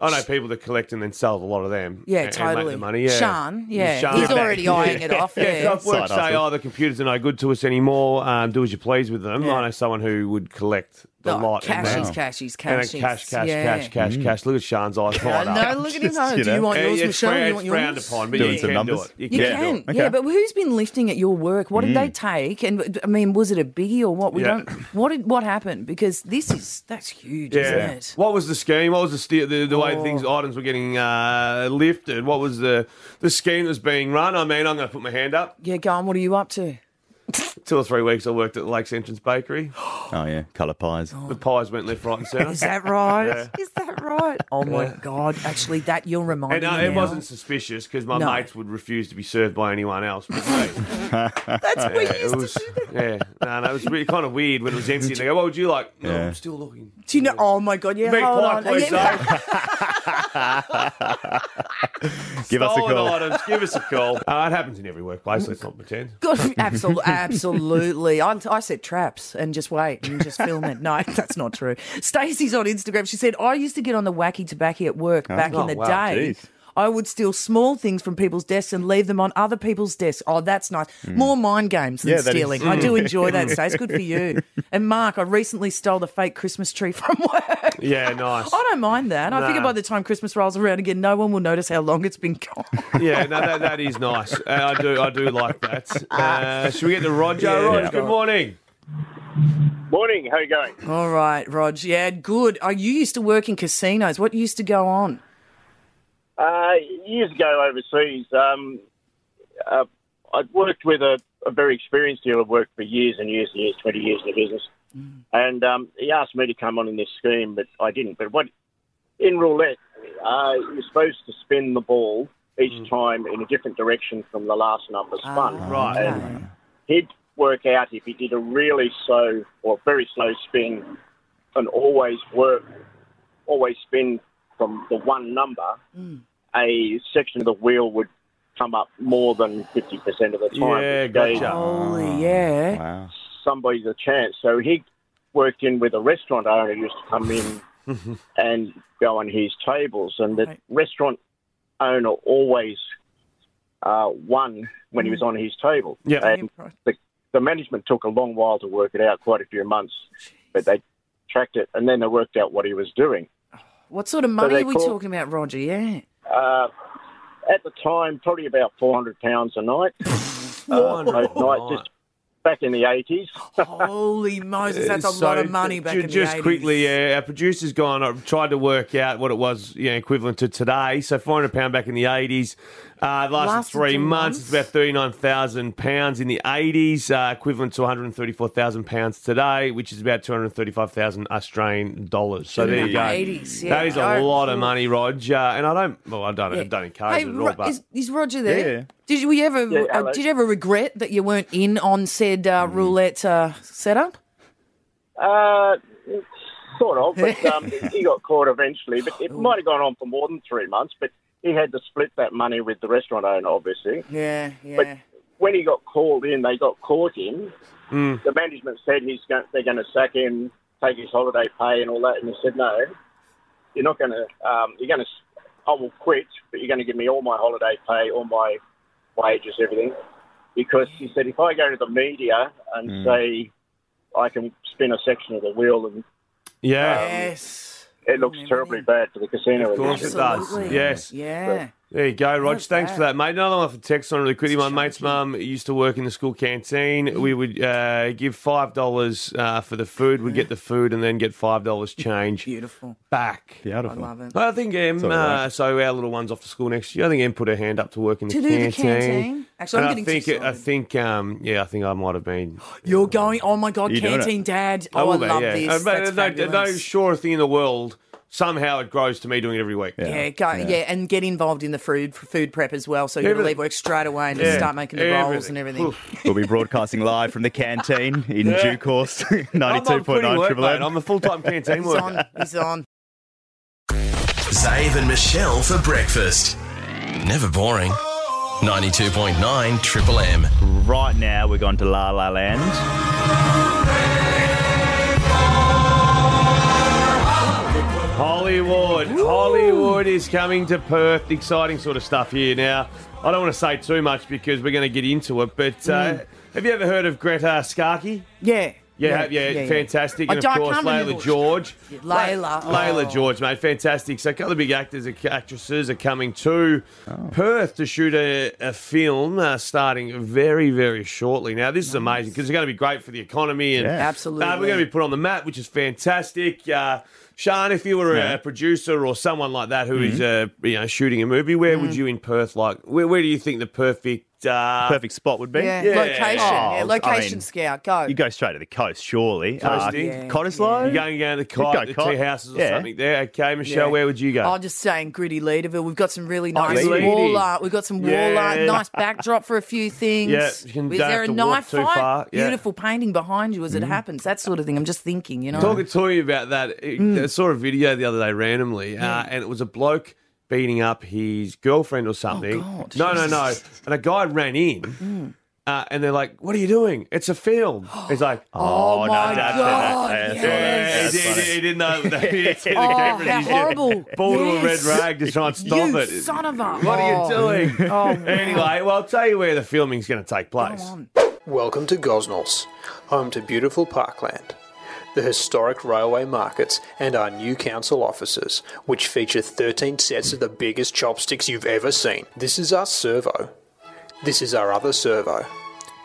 S6: I know people that collect and then sell a lot of them.
S4: Yeah,
S6: a- and, Make
S4: totally.
S6: the money. Yeah.
S4: Sean, yeah.
S6: Sean.
S4: He's already eyeing it off, yeah.
S6: so if work
S4: Side hustle.
S6: say, oh, the computers are no good to us anymore, um, do as you please with them.
S4: Yeah.
S6: I know someone who would collect the
S4: Oh,
S6: lot.
S4: cash
S6: and
S4: is
S6: then-
S4: cash is
S6: and then
S4: cash is-
S6: cash, cash,
S4: yeah.
S6: cash, cash,
S4: Mm.
S6: cash. Look at Sean's eyes light
S4: I
S6: up.
S4: know, look at him. Oh, do you want yours,
S6: It's
S4: Michelle?
S6: frowned-
S4: you want
S6: it's frowned
S4: yours?
S6: upon, but
S5: Doing
S6: you
S5: some
S6: can
S5: numbers.
S6: do it.
S4: You can, yeah. But who's been lifting at your work? What did
S6: Mm.
S4: they take? And I mean, was it a biggie or what? We
S6: Yeah.
S4: don't. What did what happened? Because this is that's huge, isn't
S6: Yeah.
S4: it?
S6: What was the scheme? What was the steer, the, the way
S4: Oh.
S6: things items were getting uh, lifted? What was the the scheme that was being run? I mean, I'm going to put my hand up.
S4: Yeah, go on. What are you up to?
S6: Two or three weeks I worked at the Lakes Entrance Bakery.
S3: Oh yeah, colour pies.
S4: Oh,
S6: The pies went left, right, and centre.
S4: Is that right?
S6: Yeah.
S4: Is that right? Oh my
S6: Yeah.
S4: god! Actually, that you're
S6: And
S4: reminding
S6: uh,
S4: me.
S6: it
S4: now.
S6: wasn't suspicious because my
S4: No.
S6: mates would refuse to be served by anyone else. But
S4: That's
S6: yeah,
S4: weird.
S6: it was, Yeah, no, no, it was really kind of weird when it was empty. And they go, "What would you like?" No, I'm still looking.
S4: Do you know? Oh my god! Yeah,
S6: Big
S4: hold
S6: pie,
S4: on.
S6: please,
S4: Yeah.
S3: Give us a
S6: Stolen
S3: call.
S6: items. Give us a call. Uh, it happens in every workplace. Let's not pretend.
S4: Good, absolutely, absolutely. I, I set traps and just wait and just film it. No, that's not true. Stacey's on Instagram. She said, "I used to get on the wacky tobacco at work
S3: Oh.
S4: back
S3: Oh,
S4: in the
S3: wow,
S4: day.
S3: geez.
S4: I would steal small things from people's desks and leave them on other people's desks. Oh, that's nice. More mind games than
S3: Mm. Yeah, that is-
S4: stealing. I do
S3: Mm.
S4: enjoy that, Stace. Good for you. And Mark, I recently stole the fake Christmas tree from work.
S6: Yeah, nice.
S4: I don't mind that. I figure
S6: Nah.
S4: by the time Christmas rolls around again, no one will notice how long it's been gone.
S6: Yeah, no, that, that is nice. Uh, I do, I do like that. Uh, should we get to Roger?
S4: Ah. Yeah.
S6: Rog,
S4: Yeah.
S6: good morning.
S17: Morning, how you going?
S4: All right, Rog. Yeah, good. Oh, you used to work in casinos. What used to go on?
S17: Uh, years ago overseas, um, uh, I'd worked with a, a very experienced dealer, worked for years and years and years, 20 years in the business. And um, he asked me to come on in this scheme, but I didn't. But what in roulette, uh, you're supposed to spin the ball each time in a different direction from the last number spun.
S6: right.
S17: And he'd work out if he did a really slow or very slow spin and always work, always spin from the one number, a section of the wheel would come up more than 50% of the time.
S6: Yeah,
S17: which gave
S6: gotcha. Oh,
S4: Holy yeah.
S3: Wow.
S17: Somebody a chance. So he worked in with a restaurant owner who used to come in and go on his tables. And the restaurant owner always uh, won when he was on his table.
S6: Mm-hmm. Yeah.
S17: And the, the management took a long while to work it out, quite a few months, but they tracked it and then they worked out what he was doing.
S4: What sort of
S17: So
S4: money
S17: they
S4: are we
S17: call-
S4: talking about, Roger? Yeah.
S17: Uh, at the time, probably about four hundred pounds a night. uh,
S6: Oh,
S17: most nights, just back in the eighties.
S4: Holy Moses, that's a
S6: So,
S4: lot of money back
S6: ju-
S4: in the
S6: Just
S4: 80s.
S6: quickly, yeah, our producer's gone. I've tried to work out what it was, you know, equivalent to today. So four hundred pound back in the eighties. Uh, the last
S4: Lasted
S6: three
S4: three
S6: months, it's about thirty nine thousand pounds in the eighties, uh, equivalent to one hundred thirty four thousand pounds today, which is about two hundred thirty five thousand Australian dollars. So
S4: In
S6: there
S4: the
S6: you go.
S4: 80s, yeah.
S6: That is a
S4: Go
S6: lot of
S4: for-
S6: money, Rog. Uh, and I don't, well, I don't, I
S4: Yeah.
S6: don't encourage
S4: Hey,
S6: it at
S4: Ro-
S6: all. But
S4: is, is Roger there?
S6: Yeah.
S4: Did you we ever
S6: Yeah, hello.
S4: uh, did you ever regret that you weren't in on said uh,
S6: Mm-hmm.
S4: roulette uh, setup?
S17: Uh, sort of, but um, he got caught eventually. But it might have gone on for more than three months. But he had to split that money with the restaurant owner, obviously.
S4: Yeah, yeah. Um,
S17: But when he got called in, they got caught in.
S18: Mm.
S17: The management said he's going, they're going to sack him, take his holiday pay, and all that. And he said, "No, you're not going to. Um, you're going to. I will quit, but you're going to give me all my holiday pay, all my wages, everything." Because he said, if I go to the media and
S6: Mm.
S17: say I can spin a section of the wheel, and
S6: yeah.
S4: yes,
S17: it looks terribly bad for the casino.
S6: Of course it does.
S17: industry.
S6: Yes.
S4: Yeah.
S6: There you go, Rog. Thanks for
S4: bad.
S6: that, mate. Another one for text on really quickly. My mate's mum used to work in the school canteen. We would uh, give five dollars uh, for the food. We'd get the food and then get five dollars change.
S4: Beautiful.
S6: Back.
S3: Beautiful.
S4: I love it.
S6: I think Em.
S3: It's all right.
S6: Uh, so our little one's off to school next year. I think Em put her hand up to work in the
S4: To do
S6: canteen.
S4: the canteen? Actually, I'm
S6: And
S4: getting
S6: I think.
S4: too
S6: I think. Um, yeah, I think I might have been.
S4: You're going, oh my God,
S6: You're doing it.
S4: Canteen Dad. Oh, I,
S6: will be,
S4: love
S6: yeah.
S4: this.
S6: Uh,
S4: That's
S6: but no, no
S4: fabulous.
S6: sure thing in the world. Somehow it grows to me doing it every week.
S4: Yeah, go, yeah. and get involved in the food food prep as well. So you got to
S6: Everything.
S4: leave work straight away and just
S6: Yeah.
S4: start making the rolls and everything.
S3: We'll be broadcasting live from the canteen in
S4: Yeah.
S3: due course.
S6: I'm on quitting
S3: 92.9
S6: work,
S3: Triple
S6: mate. I'm a full-time canteen
S4: He's on. He's on.
S1: Zave and Michelle for breakfast. Never boring. 92.9 Triple M.
S3: Right now, we're going to La La Land.
S6: Hollywood. Hollywood is coming to Perth. Exciting sort of stuff here now. I don't want to say too much because we're going to get into it, but uh, have you ever heard of Greta Skarkey?
S4: Yeah.
S6: Yeah,
S4: Yeah,
S6: have- yeah,
S4: yeah, yeah.
S6: fantastic.
S4: I
S6: And
S4: don't-
S6: of
S4: I
S6: course,
S4: can't remember
S6: Layla
S4: what-
S6: George.
S4: Layla.
S6: Layla
S4: Oh.
S6: George, mate, fantastic. So, a couple of big actors and actresses are coming to
S4: Oh.
S6: Perth to shoot a, a film uh, starting very, very shortly. Now, this is amazing because it's going to be great for the economy and
S4: Yeah.
S6: uh,
S4: Absolutely.
S6: we're going to be put on the map, which is fantastic. Uh, Sean, if you were a, producer or someone like that who is uh,
S4: Mm-hmm.
S6: you know shooting a movie, where
S4: Mm.
S6: would you in Perth like? Where, where do you think the perfect uh,
S3: Perfect spot would be?
S4: Yeah, location.
S6: Oh,
S4: yeah, location scout. Go.
S3: You go straight to the coast, surely. Uh,
S6: Coasty. Yeah,
S3: Cottesloe?
S6: You're going down to the
S3: You'd go
S6: cot, the
S3: cot.
S6: tea houses or
S3: Yeah.
S6: something there. Okay, Michelle,
S4: Yeah.
S6: where would you go?
S4: I'm just saying, gritty Leaderville. We've got some really
S6: Oh,
S4: nice
S6: Leedy.
S4: wall art. We've got some wall art.
S6: Yeah.
S4: Nice backdrop for a few things.
S6: Yeah, you can-
S4: is
S6: don't have
S4: there a
S6: to walk
S4: knife
S6: too
S4: fight?
S6: far. Yeah.
S4: Beautiful painting behind you as it happens. That sort of thing. I'm just thinking. You know.
S6: Talking to you about that,
S4: Mm.
S6: I saw a video the other day randomly, uh, and it was a bloke beating up his girlfriend or something.
S4: Oh,
S6: no, no, no. And a guy ran in.
S4: Mm.
S6: Uh, and they're like, "What are you doing? It's a film." He's like,
S3: Oh, no, my that's- God, that's- that's
S6: Yeah,
S3: yes.
S6: he, he- he didn't know. That he didn't see the
S4: Oh,
S6: camera.
S4: how
S6: He just
S4: horrible.
S6: Pulled a red
S4: Yes.
S6: rag to try and stop
S4: you
S6: it.
S4: son of a.
S6: What are you doing?
S4: Oh,
S6: anyway, well, I'll tell you where the filming's going to take place.
S18: Welcome to Gosnells, home to beautiful parkland, the historic railway markets, and our new council offices, which feature 13 sets of the biggest chopsticks you've ever seen. This is our servo. This is our other servo.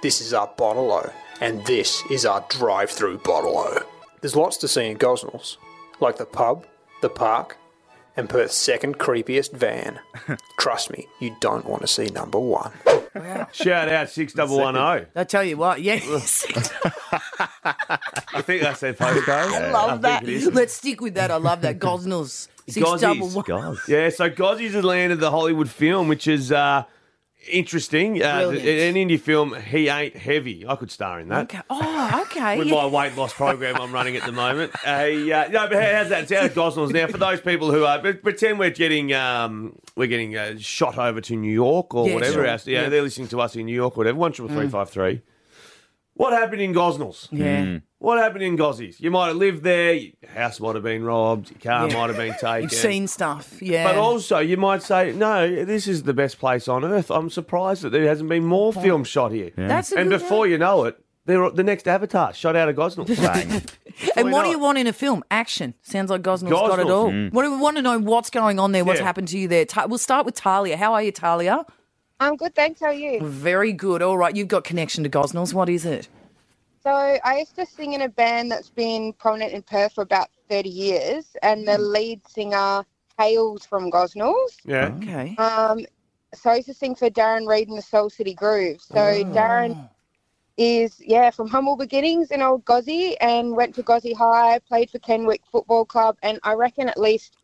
S18: This is our bottle And this is our drive through bottle There's lots to see in Gosnells, like the pub, the park, and Perth's second creepiest van. Trust me, you don't want to see number one.
S6: Shout out six double one oh. zero.
S4: I tell you what. Yes.
S6: I think that's their postcode.
S4: I
S6: think
S4: love that.
S6: it is.
S4: Let's stick with that. I love that. Gosnells. Six
S6: Gozzies.
S4: double one.
S6: Yeah, so Gozzies has landed the Hollywood film, which is uh, interesting. Uh,
S4: Brilliant.
S6: th- an indie film, He Ain't Heavy. I could star in that.
S4: Oh, okay.
S6: With
S4: yeah.
S6: my weight loss program I'm running at the moment. Uh, yeah, no, but how- how's that? It's out of Gosnells now. For those people who are, but pretend we're getting um, we're getting uh, shot over to New York or
S19: Yeah,
S6: whatever
S19: sure.
S6: else. Yeah,
S19: Yeah.
S6: they're listening to us in New York or whatever. One triple three
S19: Mm.
S6: five three. What happened in Gosnells?
S19: Yeah. Mm.
S6: What happened in Gozzies? You might have lived there. Your house might have been robbed. Your car
S4: Yeah.
S6: might have been taken.
S4: You've seen stuff. Yeah.
S6: But also, you might say, no, this is the best place on earth. I'm surprised that there hasn't been more film shot here.
S4: That's a
S6: and
S4: good
S6: before you know it, they're the next Avatar shot out of Gosnell.
S4: and what do you want in a film? Action. Sounds like Gosnell's got it
S6: Gosnells.
S4: all.
S6: Mm.
S4: What do we want to know? What's going on there? What's
S6: Yeah.
S4: happened to you there? Ta- we'll start with Talia. How are you, Talia?
S20: I'm good, thanks. How are you?
S4: Very good. All right. You've got connection to Gosnells. What is it?
S20: So I used to sing in a band that's been prominent in Perth for about 30 years, and the lead singer hails from Gosnells.
S6: Yeah.
S4: Okay.
S6: Uh,
S20: Um, so I used to sing for Darren Reed and the Soul City Groove. So Darren is yeah from humble beginnings in old Gozzy and went to Gozzy High, played for Kenwick Football Club, and I reckon at least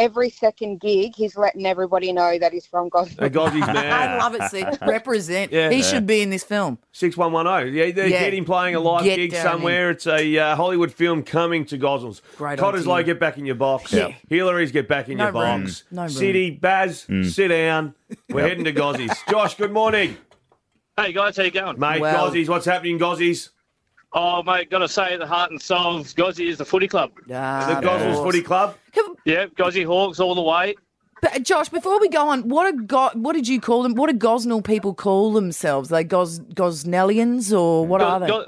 S20: every second gig he's letting everybody know that he's from Gosnells.
S6: A Gozzies man.
S4: I love it. See, represent.
S6: Yeah.
S4: He
S6: Yeah.
S4: should be in this film.
S6: 6110. oh. Yeah, they're
S4: Yeah.
S6: getting playing a live
S4: Get
S6: gig
S4: down
S6: somewhere. It's a uh, Hollywood film coming to Gosnells.
S4: Great
S6: Cottesloe,
S4: idea.
S6: get back in your box.
S4: Yeah.
S6: Hillary's, get back in your
S4: No room.
S6: box.
S4: No room.
S6: City, Baz,
S19: Mm.
S6: sit down. We're heading to Gozzies. Josh, good morning.
S19: Hey guys, how you going?
S6: Mate,
S19: Well-
S6: Gozzies, what's happening in Gozzies?
S19: Oh mate, gotta say the heart and soul of Gozzy is the footy club.
S4: Yeah,
S19: the
S6: Gosnells Footy Club.
S19: Yeah, Gozzy Hawks all the way.
S4: But Josh, before we go on, what a go- what did you call them? What do Gosnell people call themselves? They Gos- Gosnellians or what
S19: Go-
S4: are they?
S19: go-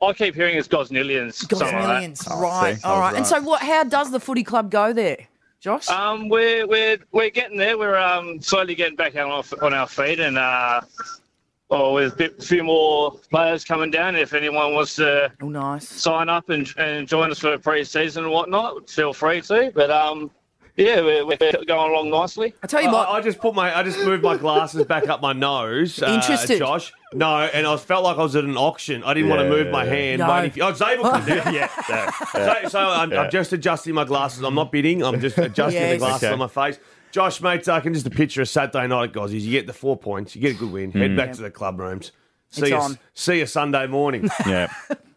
S19: I keep hearing it's Goznillions.
S4: Gosnellians, right? All right. And so, what? How does the footy club go there, Josh?
S6: Uh,
S19: Um, we're we're we're getting there. We're um slowly getting back on our on our feet, and uh, oh, there's a bit, few more players coming down. If anyone wants to,
S4: oh, nice,
S19: sign up and and join us for pre-season and whatnot, feel free to. But um, yeah, we're, we're going along nicely.
S4: I tell
S6: you what, I, just put my, I just moved my glasses back up my nose. uh,
S19: Interested.
S6: Josh? No, and I felt like I was at an auction. I didn't want to
S19: Yeah.
S6: move my hand.
S19: No.
S6: waiting for- I was able to do that. So, so I'm, I'm just adjusting my glasses. I'm not bidding. I'm just adjusting the
S19: Yes.
S6: glasses
S19: Okay.
S6: on my face. Josh, mate, I can just picture a Saturday night at Gozzies. You get the four points. You get a good win. Head
S19: Hmm.
S3: Mm.
S6: back
S3: Yep.
S6: to the club rooms.
S3: It's
S6: See you,
S3: on.
S6: see you Sunday morning.
S3: yeah.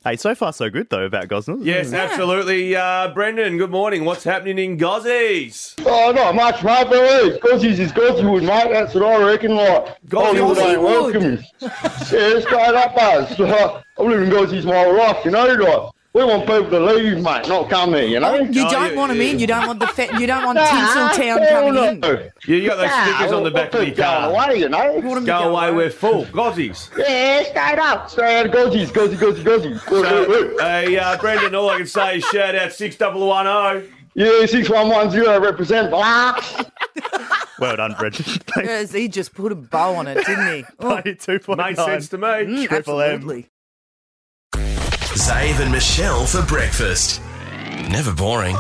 S3: Hey, so far so good though about Gosnell.
S6: Yes, absolutely. Uh, Brendan, good morning. What's happening in Gozzies?
S21: Oh, not much, mate. There is. Gozzies is Godswood, mate. That's what I reckon. Like, Hollywood ain't welcome. yeah, straight up, buzz. I've lived in Gozzies my whole life, you know. Like, We want people to leave, mate, not come here, you know?
S4: You don't want them in. You don't want the fa- you don't want
S22: Ah,
S4: Tinseltown coming in.
S6: You you got those
S21: Nah,
S6: stickers on the
S21: well,
S6: back of your
S21: go
S6: car.
S21: away, you know?
S22: eh?
S6: Go,
S21: to go
S6: away, we're full. Gozzies.
S21: Yeah, straight up. Straight out of Gozzies, Gozzy, Gozzy, Gozzy. Go, go, go.
S6: So, hey, uh, Brendan, all I can say is shout out 6010.
S21: Yeah, 6110 represent. Blah.
S3: Well done, Brendan.
S4: Yes, he just put a bow on it, didn't he? Oh.
S3: Made sense to
S6: me.
S4: Mm.
S3: Triple M.
S1: Zave and Michelle for breakfast. Never boring.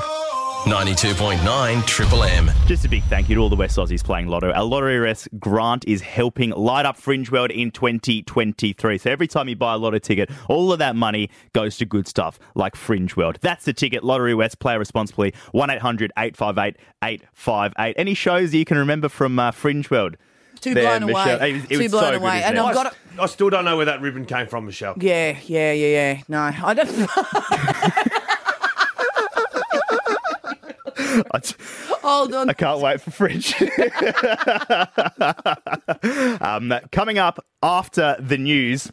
S1: 92.9 Triple M.
S3: Just a big thank you to all the West Aussies playing Lotto. Our Lottery RS grant is helping light up Fringe World in 2023. So every time you buy a Lotto ticket, all of that money goes to good stuff like Fringe World. That's the ticket. Lottery West, play responsibly. 1-800-858-858. Any shows that you can remember from uh, Fringe World?
S4: Too
S3: There,
S4: blown away.
S3: Michelle. It was- it
S4: Too
S3: was
S4: blown
S3: so good,
S4: away.
S3: isn't
S4: And
S3: it?
S4: I've got
S6: I still don't know where that ribbon came from, Michelle.
S4: Yeah, yeah, yeah, yeah. No, I don't.
S3: I t-
S4: Hold on.
S3: I can't wait for Fringe. um, coming up after the news.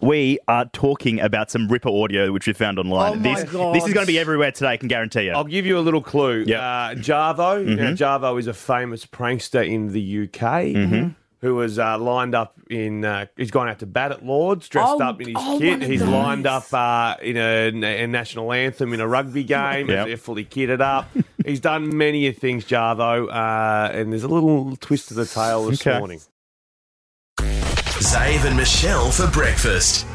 S3: We are talking about some Ripper audio which we found online.
S6: Oh my
S3: this,
S6: God.
S3: this is going to be everywhere today, I can guarantee you.
S6: I'll give you a little clue. Uh, Jarvo. You know,
S3: Mhm.
S6: Jarvo is a famous prankster in the UK
S3: Mhm.
S6: who was uh, lined up in. Uh, he's gone out to bat at Lords, dressed
S3: Oh,
S6: up in his
S3: oh,
S6: kit.
S3: one of
S6: He's
S3: those.
S6: lined up uh, in a, a national anthem in a rugby game.
S3: Yep.
S6: They're fully kitted up. he's done many a things, Jarvo. Uh, and there's a little twist to the tail this
S1: Okay.
S3: Oh,
S6: morning.
S1: Zave and Michelle for breakfast.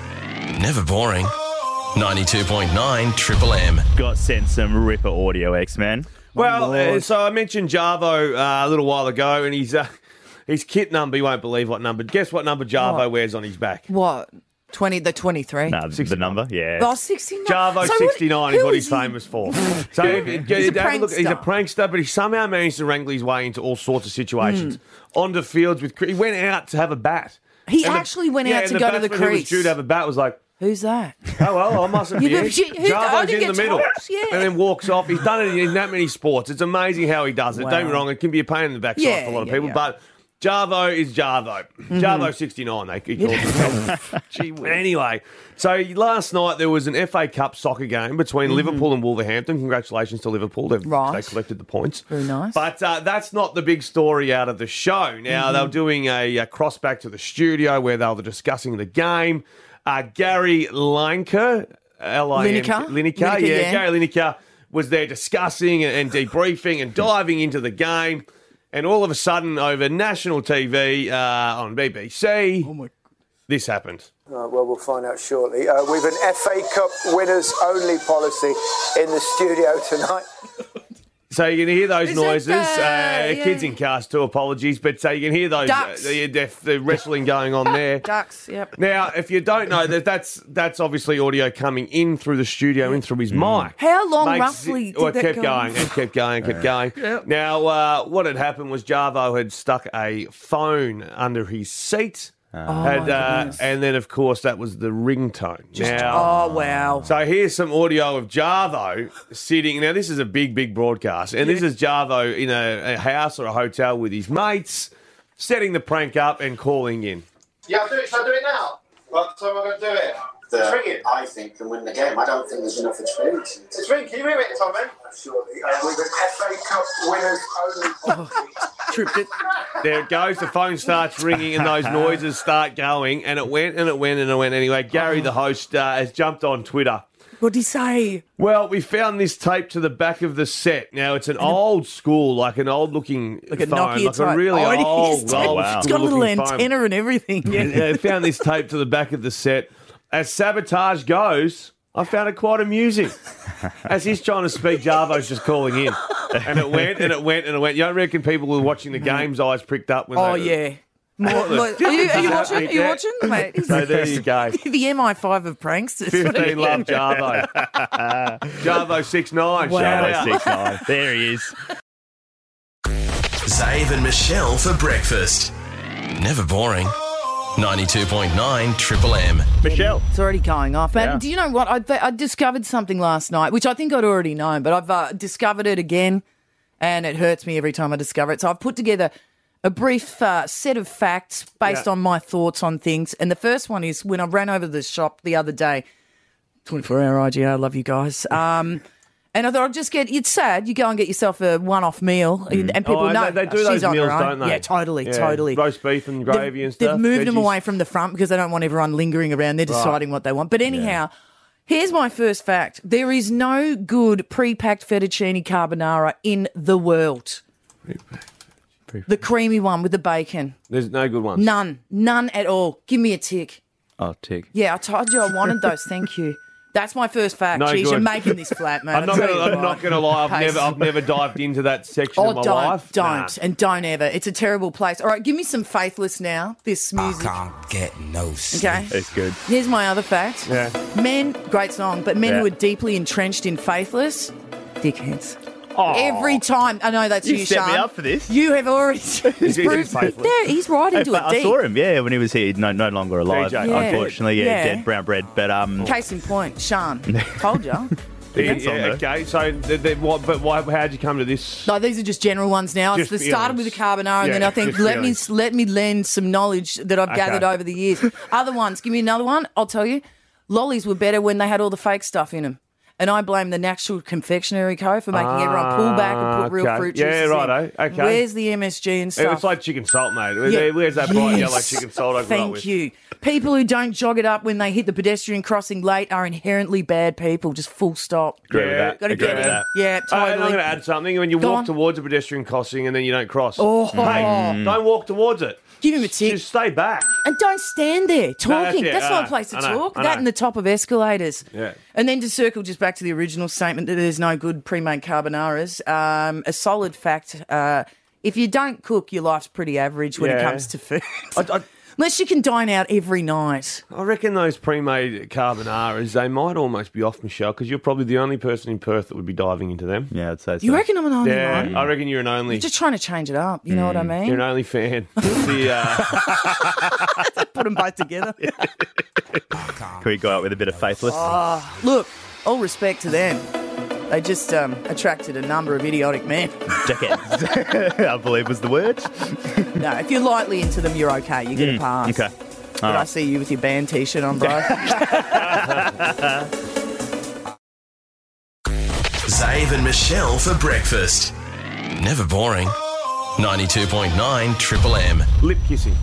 S1: Never boring. 92.9 Triple M.
S3: Got sent some Ripper audio, X Man.
S6: Well, uh, so I mentioned Jarvo uh, a little while ago, and he's uh, his kit number. You won't believe what number. Guess what number Jarvo
S4: What?
S6: wears on his back?
S4: What? 20, the 23?
S3: No, Uh, the number, yeah.
S4: Oh, 69.
S6: Jarvo
S4: So what-
S6: 69 is
S4: who
S6: what he's famous for. So if- if-
S4: He's a
S6: have a look, he's a
S4: prankster.
S6: prankster, but he somehow managed to wrangle his way into all sorts of situations. On the fields with cre- he went out to have a bat.
S4: Hmm. He
S6: the-
S4: actually went out
S6: and
S4: to go to the
S6: batsman who was
S4: crease.
S6: due to have a bat was like,
S4: Who's that?
S6: oh well, I mustn't be.
S4: Yeah,
S6: here."
S4: but you- who- I
S6: Jarvo's
S4: think
S6: in the
S4: it's
S6: middle,
S4: worse, yeah.
S6: and then walks off. He's done it in that many sports. It's amazing how he does it. Don't get me
S4: Wow.
S6: wrong; it can be a pain in the backside
S4: Yeah,
S6: for a lot of
S4: yeah,
S6: people,
S4: Mm-hmm. yeah.
S6: but. Jarvo is Jarvo. Jarvo 69, they he calls himself. Gee whiz. Anyway, so last night there was an FA Cup soccer game between
S4: Mm-hmm.
S6: Liverpool and Wolverhampton. Congratulations to Liverpool. They've, They collected the points. Very nice. But uh, that's not the big story out of the show. Now,
S3: Mhm.
S6: they were doing a, uh cross back to the studio where they were discussing the game. Uh, Gary Lineker, L-I-N-K,
S3: Lineker?
S6: Lineker, yeah,
S3: Lineker, yeah.
S6: Gary Lineker was there discussing and debriefing and diving into the game. And all of a sudden, over national TV uh, on BBC, this happened.
S13: Uh, well, we'll find out shortly. Uh, we've an FA Cup winners only policy in the studio tonight.
S6: So you can hear those
S13: Is it,
S6: noises. uh,
S13: uh,
S6: Kids in cars too, apologies, but so you can hear those
S4: Ducks.
S6: uh, the, the- the wrestling going on there.
S4: Ducks, yep.
S6: Now, if you don't know that, that's that's obviously audio coming in through the studio, in through his mic.
S4: How long
S6: Makes-
S4: roughly did
S6: well, it
S4: that
S6: kept
S4: go on?
S6: going and kept going, kept going.
S4: Yep.
S6: Now, uh, what had happened was Jarvo had stuck a phone under his seat.
S4: Oh,
S6: had,
S4: my
S6: uh,
S4: goodness.
S6: and then, of course, that was the ringtone.
S4: Just-
S6: now,
S4: oh, wow.
S6: So here's some audio of Jarvo sitting. Now, this is a big, big broadcast, and this is Jarvo in a, a house or a hotel with his mates, setting the prank up and calling in.
S23: Yeah, I'll do it. Shall I do it now? What time am I going to do it?
S22: that
S23: Just ring it.
S22: I think can win the game. I don't think there's enough experience.
S23: Just ring. Can you ring it, Tommy? Surely. Uh, we've an FA Cup winners only.
S6: Tripped it. There it goes. The phone starts ringing and those noises start going, and it went and it went and it went. Anyway, Gary, the host, uh, has jumped on Twitter.
S4: What did he say?
S6: Well, we found this tape to the back of the set. Now it's an old school, like an old looking
S4: Like a
S6: phone,
S4: Nokia
S6: like
S4: type.
S6: a really
S4: Oh, it
S6: old,
S4: is.
S6: old
S4: It's got a little
S6: school-looking phone.
S4: antenna and everything.
S6: And they found this tape to the back of the set. As sabotage goes, I found it quite amusing. As he's trying to speak, Jarvo's just calling in, and it went and it went and it went. You don't reckon people were watching the game's eyes pricked up when?
S4: Oh,
S6: they,
S4: yeah. More, more- are, you, are you watching? Are you watching, mate? He's-
S6: So there you go.
S4: the MI5 of pranksters.
S6: 15 love Jarvo. Jarvo 69.
S4: Wow.
S6: shout out.
S4: Jarvo 69.
S3: There he is.
S1: Zave and Michelle for breakfast. Never boring. 92.9 Triple M.
S3: Michelle.
S4: It's already going off. And
S1: Yeah.
S4: do you know what? I, I discovered something last night, which I think I'd already known, but I've uh, discovered it again, and it hurts me every time I discover it. So I've put together a brief uh, set of facts based
S2: Yeah.
S4: on my thoughts on things. And the first one is when I ran over the shop the other day, 24 hour IGA, I love you guys. Um, and I thought I'd just get, it's sad, you go and get yourself a one off meal, and, and people
S6: Oh,
S4: know
S6: They, they do
S4: "Oh,
S6: those
S4: she's on
S6: meals,
S4: her own.
S6: don't they?
S4: Yeah, totally,
S6: Yeah,
S4: totally.
S6: Roast beef and gravy and
S4: They've
S6: stuff.
S4: moved them
S6: veggies.
S4: away from the front because they don't want everyone lingering around. They're
S6: Right.
S4: deciding what they want. But anyhow, here's my first fact there is no good pre packed fettuccine carbonara in the world. The creamy one with the bacon.
S6: There's no good ones.
S4: None. None at all. Give me a tick.
S6: Oh, tick.
S4: Yeah, I told you I wanted those. Thank you. That's my first fact.
S6: No
S4: Jeez, you're
S6: good.
S4: making this flat, man.
S6: I'm not,
S4: I'll
S6: gonna,
S4: tell you
S6: I'm
S4: what.
S6: not gonna lie. I've
S4: Pace.
S6: never, I've never dived into that section
S4: Oh,
S6: of my
S4: don't,
S6: life.
S4: don't,
S6: Nah.
S4: and don't ever. It's a terrible place. All right, give me some faithless now. This music.
S8: Get no
S4: sleep.
S3: Ah, It's good.
S4: Here's my other fact.
S3: Yeah.
S4: Men, great song, but men
S3: Yeah.
S4: who are deeply entrenched in faithless, dickheads. Every time, I know that's you,
S3: Oh. You set me
S4: Sian.
S3: up for this.
S4: You have already. he's,
S3: He's
S4: proved-
S3: faithless.
S4: there, he's right
S3: Hey,
S4: into
S3: but
S4: it.
S3: I
S4: Deep.
S3: saw him, yeah, when he was here. No, no longer alive,
S4: DJ. Yeah.
S3: unfortunately. Yeah,
S4: Yeah.
S3: dead, brown bread. But um,
S4: Case in point, Sean. Told you.
S6: Yeah,
S3: Depends on
S6: yeah, okay, so th th what, but why, how'd you come to this?
S4: No, these are just general ones now. It's
S6: Just
S4: the started with the carbonara, and
S6: Yeah,
S4: then I think
S6: just
S4: let me
S6: feelings.
S4: let me lend some knowledge that I've
S6: Okay.
S4: gathered over the years. Other ones, give me another one. I'll tell you, lollies were better when they had all the fake stuff in them. And I blame the National Confectionery Co. for making everyone pull back and put real
S6: Ah, okay.
S4: fruit
S6: Yeah,
S4: juices
S6: righto.
S4: in.
S6: Okay.
S4: Where's the MSG and stuff?
S6: It's like chicken salt, mate. Where-
S4: Yeah.
S6: Where's that bright yellow
S4: Yes.
S6: chicken salt I grew up
S4: Thank
S6: with?
S4: you. People who don't jog it up when they hit the pedestrian crossing late are inherently bad people. Just full stop.
S6: Agree with that.
S4: Gotta
S6: Agree
S4: get
S6: with
S4: it.
S6: that.
S4: Yeah,
S6: Oh, and
S4: totally.
S6: I'm going to add something. When you
S4: Go
S6: walk
S4: on.
S6: towards a pedestrian crossing and then you don't cross,
S4: Oh.
S6: Mate, don't walk towards it.
S4: Give him a tick.
S6: Just stay back.
S4: And don't stand there talking.
S6: it.
S4: that's
S6: I
S4: not
S6: know.
S4: a place to
S6: I know.
S4: talk.
S6: I
S4: That
S6: know.
S4: and the top of escalators.
S6: Yeah.
S4: And then to circle just back to the original statement that there's no good pre made carbonaras, um, a solid fact uh, if you don't cook, your life's pretty average when it
S6: Yeah.
S4: comes to food. Unless you can dine out every night.
S6: I reckon those pre-made carbonaras, they might almost be off, Michelle, because you're probably the only person in Perth that would be diving into them.
S3: Yeah, I'd say
S4: You so. reckon I'm an only
S6: yeah,
S4: one?
S6: I reckon you're an only.
S4: Just trying to change it up. You know what I mean?
S6: You're an only fan. the, uh,
S4: Put them both together.
S3: Can we go out with a bit of faithless?
S4: Ah, look, all respect to them. They just um, attracted a number of idiotic men.
S3: Decades, I believe was the word.
S4: No, if you're lightly into them, you're okay. You get a
S3: Mm,
S4: pass.
S3: okay.
S4: But
S3: All
S6: Ah.
S4: I
S3: right.
S4: see you with your band t-shirt on, bro.
S1: Zave and Michelle for breakfast. Never boring. 92.9 Triple M.
S6: lip kissing.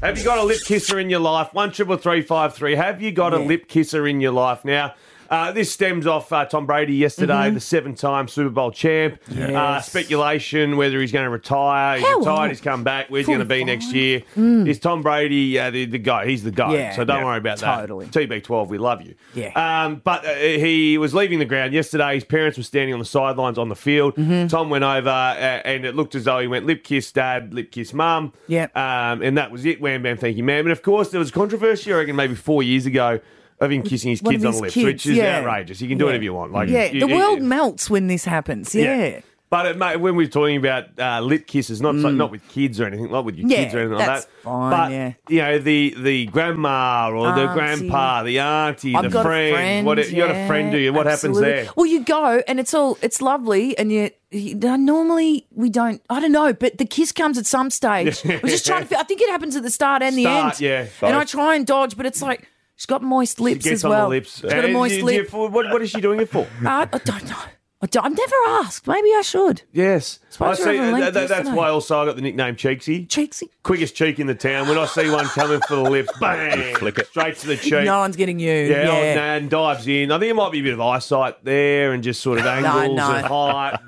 S6: Have you got a lip kisser in your life? One triple three five three. Have you got a lip kisser in your life now? Uh, this stems off uh, Tom Brady yesterday,
S9: Mhm.
S6: the seven-time Super Bowl champ. Uh,
S9: Yes.
S6: speculation whether he's going to retire. He's
S9: How
S6: retired.
S9: old?
S6: He's come back. Where's he going to be next year?
S9: Mm.
S6: Is Tom Brady uh, the, the guy? He's the guy.
S9: Yeah.
S6: so don't
S9: Yeah,
S6: worry about
S9: totally.
S6: that. Totally. TB12, we love you.
S9: Yeah.
S6: Um, but uh, he was leaving the ground yesterday. His parents were standing on the sidelines on the field.
S4: Mm-hmm.
S6: Tom went over, uh, and it looked as though he went lip kiss dad, lip kiss mum. Yeah. Um, and that was it. Wham bam, thank you, ma'am. And of course, there was controversy. I reckon maybe four years ago of him kissing his
S4: One
S6: kids on the
S4: of his
S6: lips,
S4: kids,
S6: which is
S4: yeah.
S6: outrageous. You can do
S4: Yeah.
S6: whatever you want. Like,
S4: yeah,
S6: you-
S4: the
S6: you-
S4: world melts when this happens. Yeah.
S6: But it, mate, when we're talking about uh, lip kisses, not so- not with kids or anything, not with your
S4: Mm. Yeah,
S6: kids or anything like
S4: that's
S6: that.
S4: fine,
S6: but
S4: yeah.
S6: you know the the grandma or the
S4: Auntie.
S6: grandpa, the auntie,
S4: I've
S6: the
S4: got a
S6: friend.
S4: friend,
S6: what you got a
S4: yeah,
S6: friend? Do you? What
S4: absolutely.
S6: happens there?
S4: Well, you go and it's all it's lovely, and you, you normally we don't. I don't know, but the kiss comes at some stage. We're just trying to. fi- I think it happens at the start and
S6: Start,
S4: the
S6: yeah.
S4: end. and I
S6: Both.
S4: try and dodge, but it's like she's got moist lips
S6: Gets
S4: as
S6: on
S4: well.
S6: the lips.
S4: She's got a
S6: And
S4: moist
S6: do- do you-
S4: lip.
S6: what, what is she doing it for?
S4: Uh, I don't know. I don't, I've never asked. Maybe I should.
S6: Yes. I
S4: Suppose
S6: see,
S4: you're
S6: that,
S4: overlinked
S6: that- that's
S4: yesterday.
S6: why also I got the nickname Cheeksy.
S4: Cheeksy.
S6: Quickest cheek in the town. When I see one coming for the lips, bang, flick it straight to the cheek.
S4: No one's getting you.
S6: Yeah, oh,
S4: Yeah.
S6: and- and dives in. I think it might be a bit of eyesight there, and just sort of angles
S4: no.
S6: and height.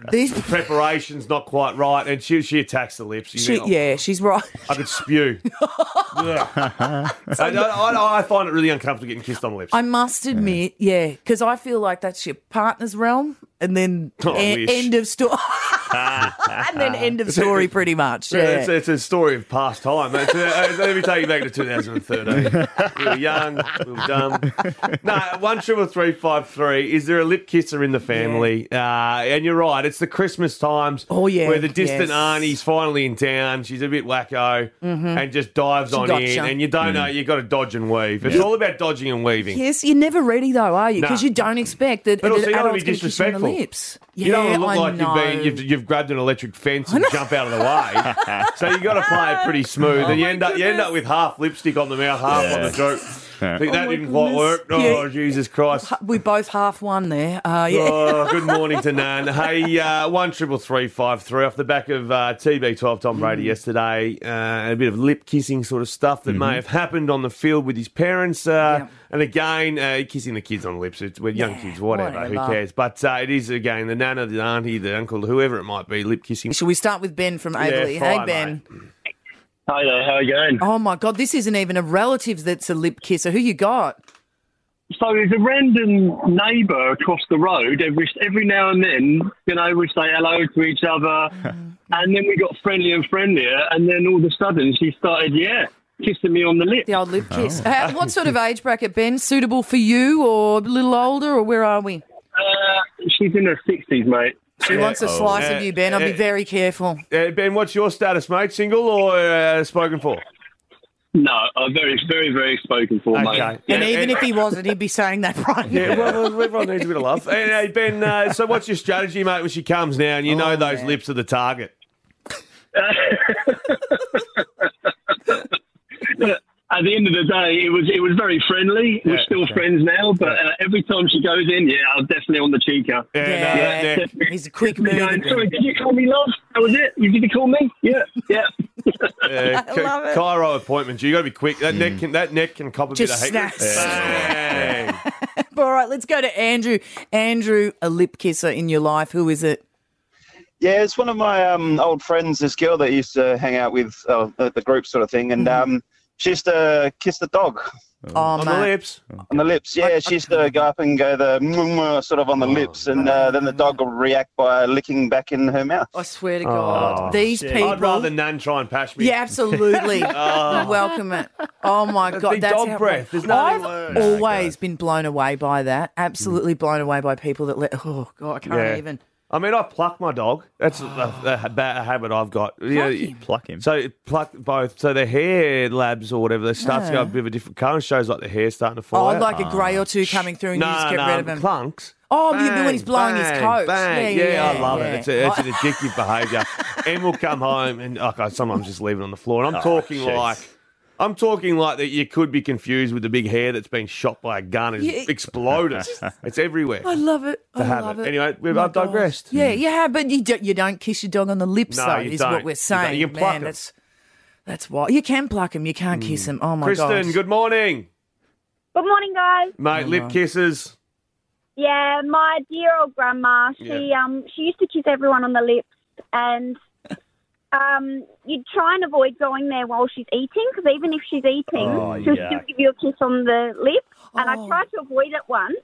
S6: preparation's not quite right, and she she attacks the lips. You
S4: She,
S6: think, oh,
S4: yeah, she's right.
S6: I could spew. Ugh. I, I- I find it really uncomfortable getting kissed on the lips.
S4: I must admit, yeah, because I feel like that's your partner's realm, and then
S6: Oh, I
S4: e-
S6: wish.
S4: end of story.
S6: and
S4: then end of story, pretty much, yeah.
S6: It's, it's a story of past time. It's, uh, let me take you back to 2013. we were young, we were dumb. No, one triple three five three. Is there a lip kisser in the family? Uh, and you're right. It's the Christmas times. Oh
S4: yeah,
S6: where the distant
S4: yes.
S6: auntie's finally in town. She's a bit wacko
S4: Mhm.
S6: and just dives
S4: She
S6: on
S4: gotcha.
S6: in, and you don't know. You got to dodge and weave. It's
S4: Yeah.
S6: all about dodging and weaving.
S4: Yes, you're never ready though, are you? Because
S6: Nah.
S4: you don't expect that.
S6: But
S4: an
S6: also, you don't want
S4: adult's
S6: to be
S4: gonna kiss you on the
S6: disrespectful.
S4: lips.
S6: You don't want to look
S4: I
S6: like
S4: know.
S6: you've been you've, you've grabbed an electric fence and jump out of the way. so you got to play it pretty smooth,
S4: Oh
S6: and you end up you end up with half lipstick on the mouth, half on the
S3: Yeah.
S6: throat. I think that
S4: Oh my
S6: didn't quite
S4: goodness.
S6: work. Oh,
S4: Yeah.
S6: Jesus Christ.
S4: We both half won there. Uh, yeah.
S6: Oh, good morning to Nan. Hey, uh, one triple three five three off the back of uh, TB12 Tom
S4: Hmm.
S6: Brady yesterday. Uh, a bit of lip kissing sort of stuff that
S4: Mm-hmm.
S6: may have happened on the field with his parents. Uh, And again, uh, kissing the kids on the lips. It's, we're young kids, whatever, Who
S4: whatever.
S6: cares? But uh, it is again the nana, the auntie, the uncle, whoever it might be, lip kissing.
S4: Shall we start with Ben from
S6: Yeah,
S4: Averley?
S6: fire,
S4: hey, Ben.
S22: Hi there, how are you going?
S4: Oh, my God. This isn't even a relative that's a lip kisser. Who you got?
S22: So there's a random neighbour across the road. Every every now and then, you know, we say hello to each other, and then we got friendlier and friendlier, and then all of a sudden she started, yeah, kissing me on the lip. The
S4: old
S6: Oh.
S4: lip kiss. Uh, what sort of age bracket, Ben? Suitable for you or a little older or where are we?
S22: Uh, She's in her sixties, mate.
S4: She wants a
S9: Oh.
S4: slice of you, Ben. I'll be very careful.
S6: Uh, ben, what's your status, mate? Single or uh, spoken for?
S22: No, I'm very, very, very spoken for,
S6: Okay.
S22: mate.
S4: And even if he wasn't, he'd be saying that right
S6: Yeah,
S4: now.
S6: well, well, everyone needs a bit of love. And, hey, Ben, uh, so what's your strategy, mate, when she comes now and you
S4: Oh,
S6: know those lips are the target?
S22: At the end of the day, it was it was very friendly. We're still friends now, but uh, every time she goes in, yeah, I'm definitely on the cheeker.
S6: uh,
S4: Yeah, he's a quick move.
S22: Sorry, did you call me love? That was it. You did you call me? Yeah, yeah.
S6: Uh,
S22: I love it.
S6: Cairo appointments. You got to be quick. That neck can that neck can cop a
S4: Just
S6: bit of hate.
S4: snaps.
S6: Bang.
S4: All right, let's go to Andrew. Andrew, a lip kisser in your life. Who is it?
S9: Yeah, it's one of my um, old friends, this girl that I used to hang out with, uh, the, the group sort of thing, and
S4: Mm-hmm.
S9: um, she used to kiss the dog.
S4: on
S6: the lips.
S9: On the lips, yeah. She used to go up and go the "Mwah, mwah," sort of on the lips, and uh, then the dog will react by licking back in her mouth.
S4: I swear to
S6: Oh,
S4: God, these
S6: shit.
S4: people.
S6: I'd rather Nan try and pash me.
S4: Yeah, absolutely.
S6: Oh.
S4: You Welcome it. Oh my
S6: That's
S4: god,
S6: big
S4: that's
S6: dog
S4: how-
S6: breath. There's nothing
S4: I've
S6: worse.
S4: always been blown away by that. Absolutely blown away by people that let. Oh god, I can't
S6: Mm. Yeah.
S4: even.
S6: I mean, I pluck my dog. That's a, a, a bad habit I've got. Pluck
S4: him.
S6: Pluck him. So pluck both. So the hair labs or whatever, they start to go a bit of a different colour. and Shows like the hair starting to fall
S4: Uh-huh. Oh,
S6: out.
S4: like a grey or two coming through, and you
S6: No,
S4: just get
S6: Ah. no,
S4: rid of them.
S6: Clunks.
S4: Oh, you mean when he's blowing his
S6: bang,
S4: coat?
S6: bang.
S4: Yeah,
S6: Yeah,
S4: yeah,
S6: I love
S4: yeah.
S6: it. It's, a, it's an addictive behaviour. and we'll come home and oh God, sometimes just leave it on the floor. And I'm
S5: Oh,
S6: talking
S5: jeez.
S6: like. I'm talking like that you could be confused with the big hair that's been shot by a gun and
S4: Yeah.
S6: exploded. it's everywhere.
S4: I love it.
S6: It's a
S4: I love
S6: habit.
S4: it.
S6: Anyway, we've-
S4: My
S6: I've digressed. Mm.
S4: gosh. Yeah, yeah, but you do, you don't kiss your dog on the lips,
S6: No,
S4: though,
S6: you
S4: is
S6: don't.
S4: what
S6: You
S4: we're
S6: don't.
S4: saying.
S6: You can pluck
S4: Man,
S6: 'em.
S4: that's that's why you can pluck him. You can't kiss him. Oh my
S6: Kristen,
S4: god.
S6: good morning.
S10: Good morning, guys.
S6: Mate, lip kisses.
S10: Yeah, my dear old grandma. She um she used to kiss everyone on the lips, and um you'd try and avoid going there while she's eating because even if she's eating,
S11: Oh,
S10: she'll still
S11: yuck.
S10: give you a kiss on the lips. And
S7: Oh.
S10: I tried to avoid it once,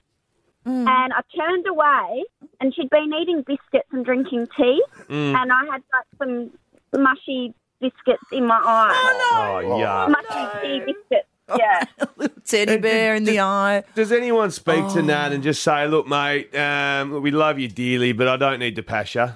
S7: Mm.
S10: and I turned away, and she'd been eating biscuits and drinking tea,
S11: Mm.
S10: and I had like some mushy biscuits in my eye,
S6: Oh, yeah.
S10: mushy tea biscuits. Yeah.
S4: Teddy bear in the eye.
S6: Does anyone speak
S4: Oh.
S6: to Nan and just say, look, mate, um, we love you dearly, but I don't need to pass you?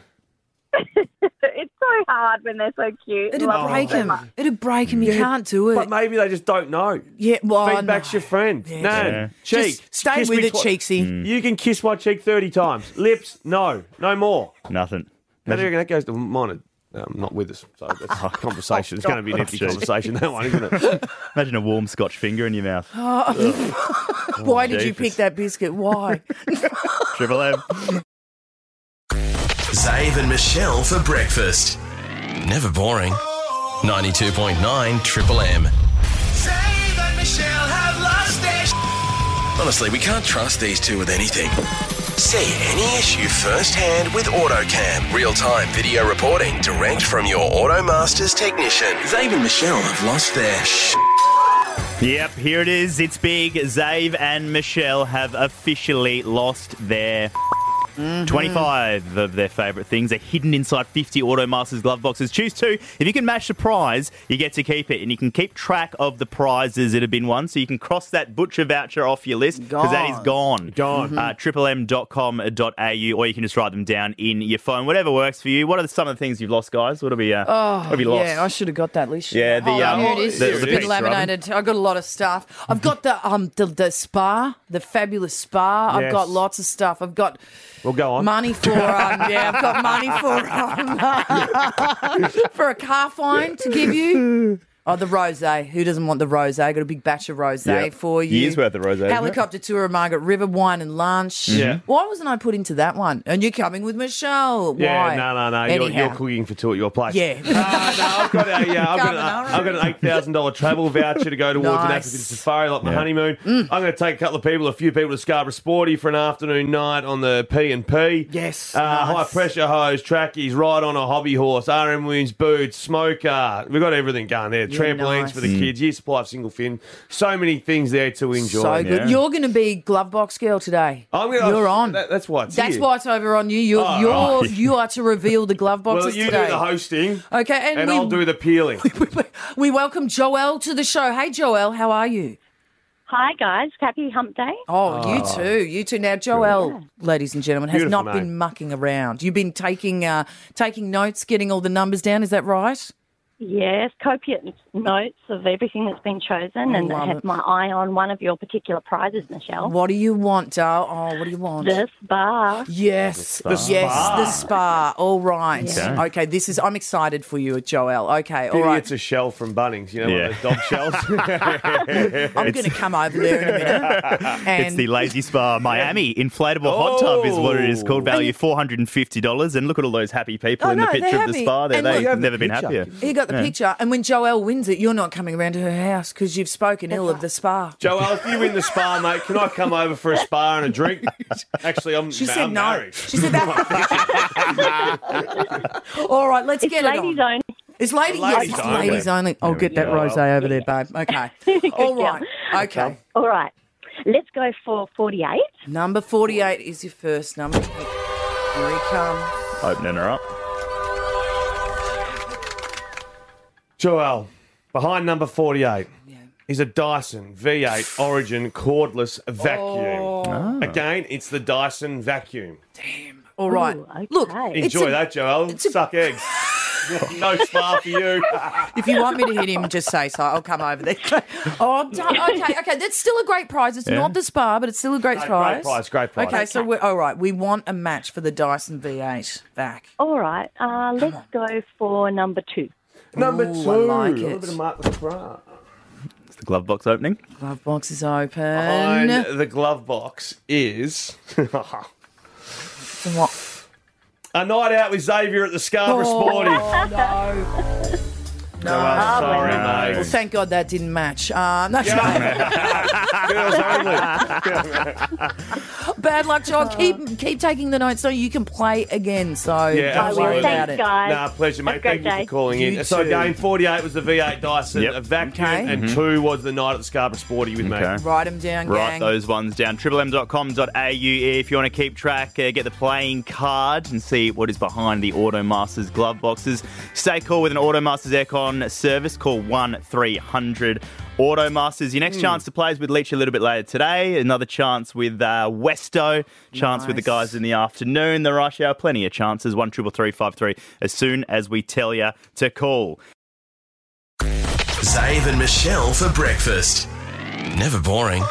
S10: it's so hard when they're so cute.
S4: It'd
S10: Love
S4: break
S10: them so
S4: him.
S10: much.
S4: It'd break him. You can't do it.
S6: But maybe they just don't know.
S4: Yeah, well, I
S6: Feedback's your friend.
S4: Oh, Yeah,
S6: Nan,
S4: just-
S6: cheek.
S4: just stay
S6: kiss
S4: with
S6: me
S4: it, Cheeksy. Mm.
S6: You can kiss my cheek 30 times. Lips, no. No more.
S3: Nothing.
S6: How do you reckon that goes to mine? are, Um, not with us. So
S4: Oh,
S6: that's a conversation. It's going to be an empty
S3: Jeez.
S6: conversation, that one, isn't it?
S3: Imagine a warm Scotch finger in your mouth.
S4: Oh.
S6: Mm.
S4: Why did you
S3: Jeepers.
S4: pick that biscuit? Why?
S3: Triple M.
S1: Zave and Michelle for breakfast. Never boring. 92.9 Triple M.
S24: Save and Michelle have lost their
S1: Honestly, we can't trust these two with anything. See any issue firsthand with AutoCam. Real time video reporting direct from your AutoMaster's technician. Zave and Michelle have lost their sh.
S3: Yep, here it is. It's big. Zave and Michelle have officially lost their 25 of their favourite things are hidden inside 50 Automasters glove boxes. Choose two. If you can match the prize, you get to keep it, and you can keep track of the prizes that have been won. So you can cross that butcher voucher off your list because that is gone. Gone. Uh, triplem.com.au, or you can just write them down in your phone. Whatever works for you. What are some of the things you've lost, guys? What'll be? Uh,
S4: Oh,
S3: what'll be lost?
S4: yeah, I should have got that list.
S3: Yeah, the,
S4: Hold on,
S3: um,
S4: here it is.
S3: the-
S4: it's
S3: the
S4: been
S3: pizza
S4: laminated. I've got a lot of stuff. I've got the um the, the spa, the fabulous spa. I've
S6: Yes.
S4: got lots of stuff. I've got
S6: Well, go on.
S4: money for um, yeah, I've uh, got money for um, for a car fine to give you. Oh, the rosé. Who doesn't want the rosé? Got a big batch of rosé
S3: Yep.
S4: for you.
S3: Years worth of rosé, isn't it?
S4: Helicopter tour of Margaret River, wine and lunch.
S6: Mm-hmm. Yeah.
S4: Why wasn't I put into that one? And you're coming with Michelle. Why?
S6: Yeah, no, no, no. You're,
S4: Anyhow.
S6: you're cooking for two at your place. Ah,
S4: Yeah.
S6: I've got a, yeah, I've got,
S4: Carbonara.
S6: a, I've got an eight thousand dollar travel voucher to go towards an
S4: Nice. Mm.
S6: African safari, like my honeymoon. I'm going to take a couple of people, a few people to Scarborough Sporty for an afternoon night on the P and P.
S4: Yes,
S6: uh,
S4: nice.
S6: high pressure hose, trackies, ride on a hobby horse, RM wounds, boots, smoker. We've got everything going there.
S4: Yeah,
S6: Trampolines
S4: nice.
S6: for the kids, year supply of single fin. So many things there to enjoy.
S4: so good. You're going to be glove box girl today.
S6: I'm gonna,
S4: You're on.
S6: Oh, That, that's why. It's
S4: That's
S6: here.
S4: why it's over on you. You're,
S6: Oh,
S4: you're
S6: right.
S4: you are to reveal the glove boxes
S6: Well, you
S4: today.
S6: do the hosting.
S4: Okay, and
S6: And,
S4: we-
S6: I'll do the peeling.
S4: We welcome Joelle to the show. Hey, Joelle, how are you?
S7: Hi guys, happy hump day.
S4: Oh,
S7: Oh.
S4: you too. You too. Now, Joelle, ladies and gentlemen, has
S7: Beautiful
S4: not
S7: name.
S4: been mucking around. You've been taking uh, taking notes, getting all the numbers down. Is that right?
S7: Yes, copious notes of everything that's been chosen, and
S4: Love
S7: I have
S4: it.
S7: my eye on one of your particular prizes, Michelle.
S4: What do you want, Dal? Oh, what do you want?
S7: This bar.
S4: Yes,
S7: The spa.
S4: yes,
S7: The
S4: the spa. All right,
S6: Yeah.
S4: okay.
S6: Okay.
S4: This is. I'm excited for you, Joelle. Okay, all
S6: Pity
S4: right.
S6: It's a shell from Bunnings, you know,
S3: Yeah.
S6: one of those dog shells.
S4: I'm going to come over there in a minute. And
S3: it's the Lazy Spa Miami inflatable hot tub is what it is called. Value four hundred and fifty dollars. And look at all those happy people
S4: Oh,
S3: in the
S4: no, they're
S3: picture of the
S4: happy.
S3: spa. There,
S4: And look- You
S3: they've
S4: have the
S3: never been happier.
S4: You got the
S3: Yeah.
S4: picture, and when Joelle wins it, you're not coming around to her house because you've spoken ill of the spa.
S6: Joel, if you win the spa, mate, can I come over for a spa and a drink? Actually, I'm.
S4: She
S6: I'm
S4: said no.
S6: married.
S4: She said All right, let's get it
S7: ladies
S4: on. It's ladies,
S7: Ladies
S4: yes, it's
S7: only.
S4: ladies only. I'll get that
S7: go.
S4: rose over there, babe. Okay. All right. Okay.
S7: All right. Let's go for 48.
S4: Number 48 is your first number. Here he comes.
S3: Opening her up.
S6: Joel, behind number 48 is a Dyson V8 Origin cordless vacuum.
S4: Oh.
S6: Ah. Again, it's the Dyson vacuum.
S4: All right. Look, it's
S6: Enjoy
S4: a-
S6: that, Joel. Suck eggs. no spa for you.
S4: If you want me to hit him, just say so. I'll come over there. Oh, d- okay, okay. That's still a great prize. It's
S6: Yeah.
S4: not the spa, but it's still a great
S6: Great, great
S4: prize.
S6: prize, great prize.
S4: Okay, so we're all right. We want a match for the Dyson V8 back.
S7: All right. Uh, let's go for number two.
S6: Number
S4: Ooh,
S6: two.
S4: I like
S6: a little
S4: it.
S6: bit of Mark Lacroix.
S3: It's the glove box opening.
S4: Glove box is open.
S6: Behind the glove box is a
S4: What?
S6: night out with Xavier at the Scarborough Sporty.
S4: Oh, no.
S6: No, I'm sorry, mate.
S4: Well, thank God that didn't match. Uh, no,
S6: Girls only.
S4: Bad luck, Joel. Keep keep taking the notes so you can play again. So
S6: Yeah,
S4: don't
S6: absolutely.
S4: worry about it.
S6: Nah, pleasure, mate. Thank you for calling in.
S4: You
S6: So,
S4: too.
S6: game 48 was the V8 Dyson, a vacuum,
S4: Okay. Mm-hmm.
S6: and
S3: Mhm.
S6: two was the night at the Scarborough Sporty with me.
S4: Write them down,
S3: Write
S4: gang.
S3: those ones down. TripleM.com.au if you want to keep track, uh, get the playing card and see what is behind the Automasters glove boxes. Stay cool with an Automasters aircon service. Call 1300 Automasters. Your next chance to play is with Leach a little bit later today. Another chance with uh, Westo. Chance with the guys in the afternoon. The rush hour. Plenty of chances. One triple three five three. As soon as we tell you to call.
S1: Zave and Michelle for breakfast. Never boring.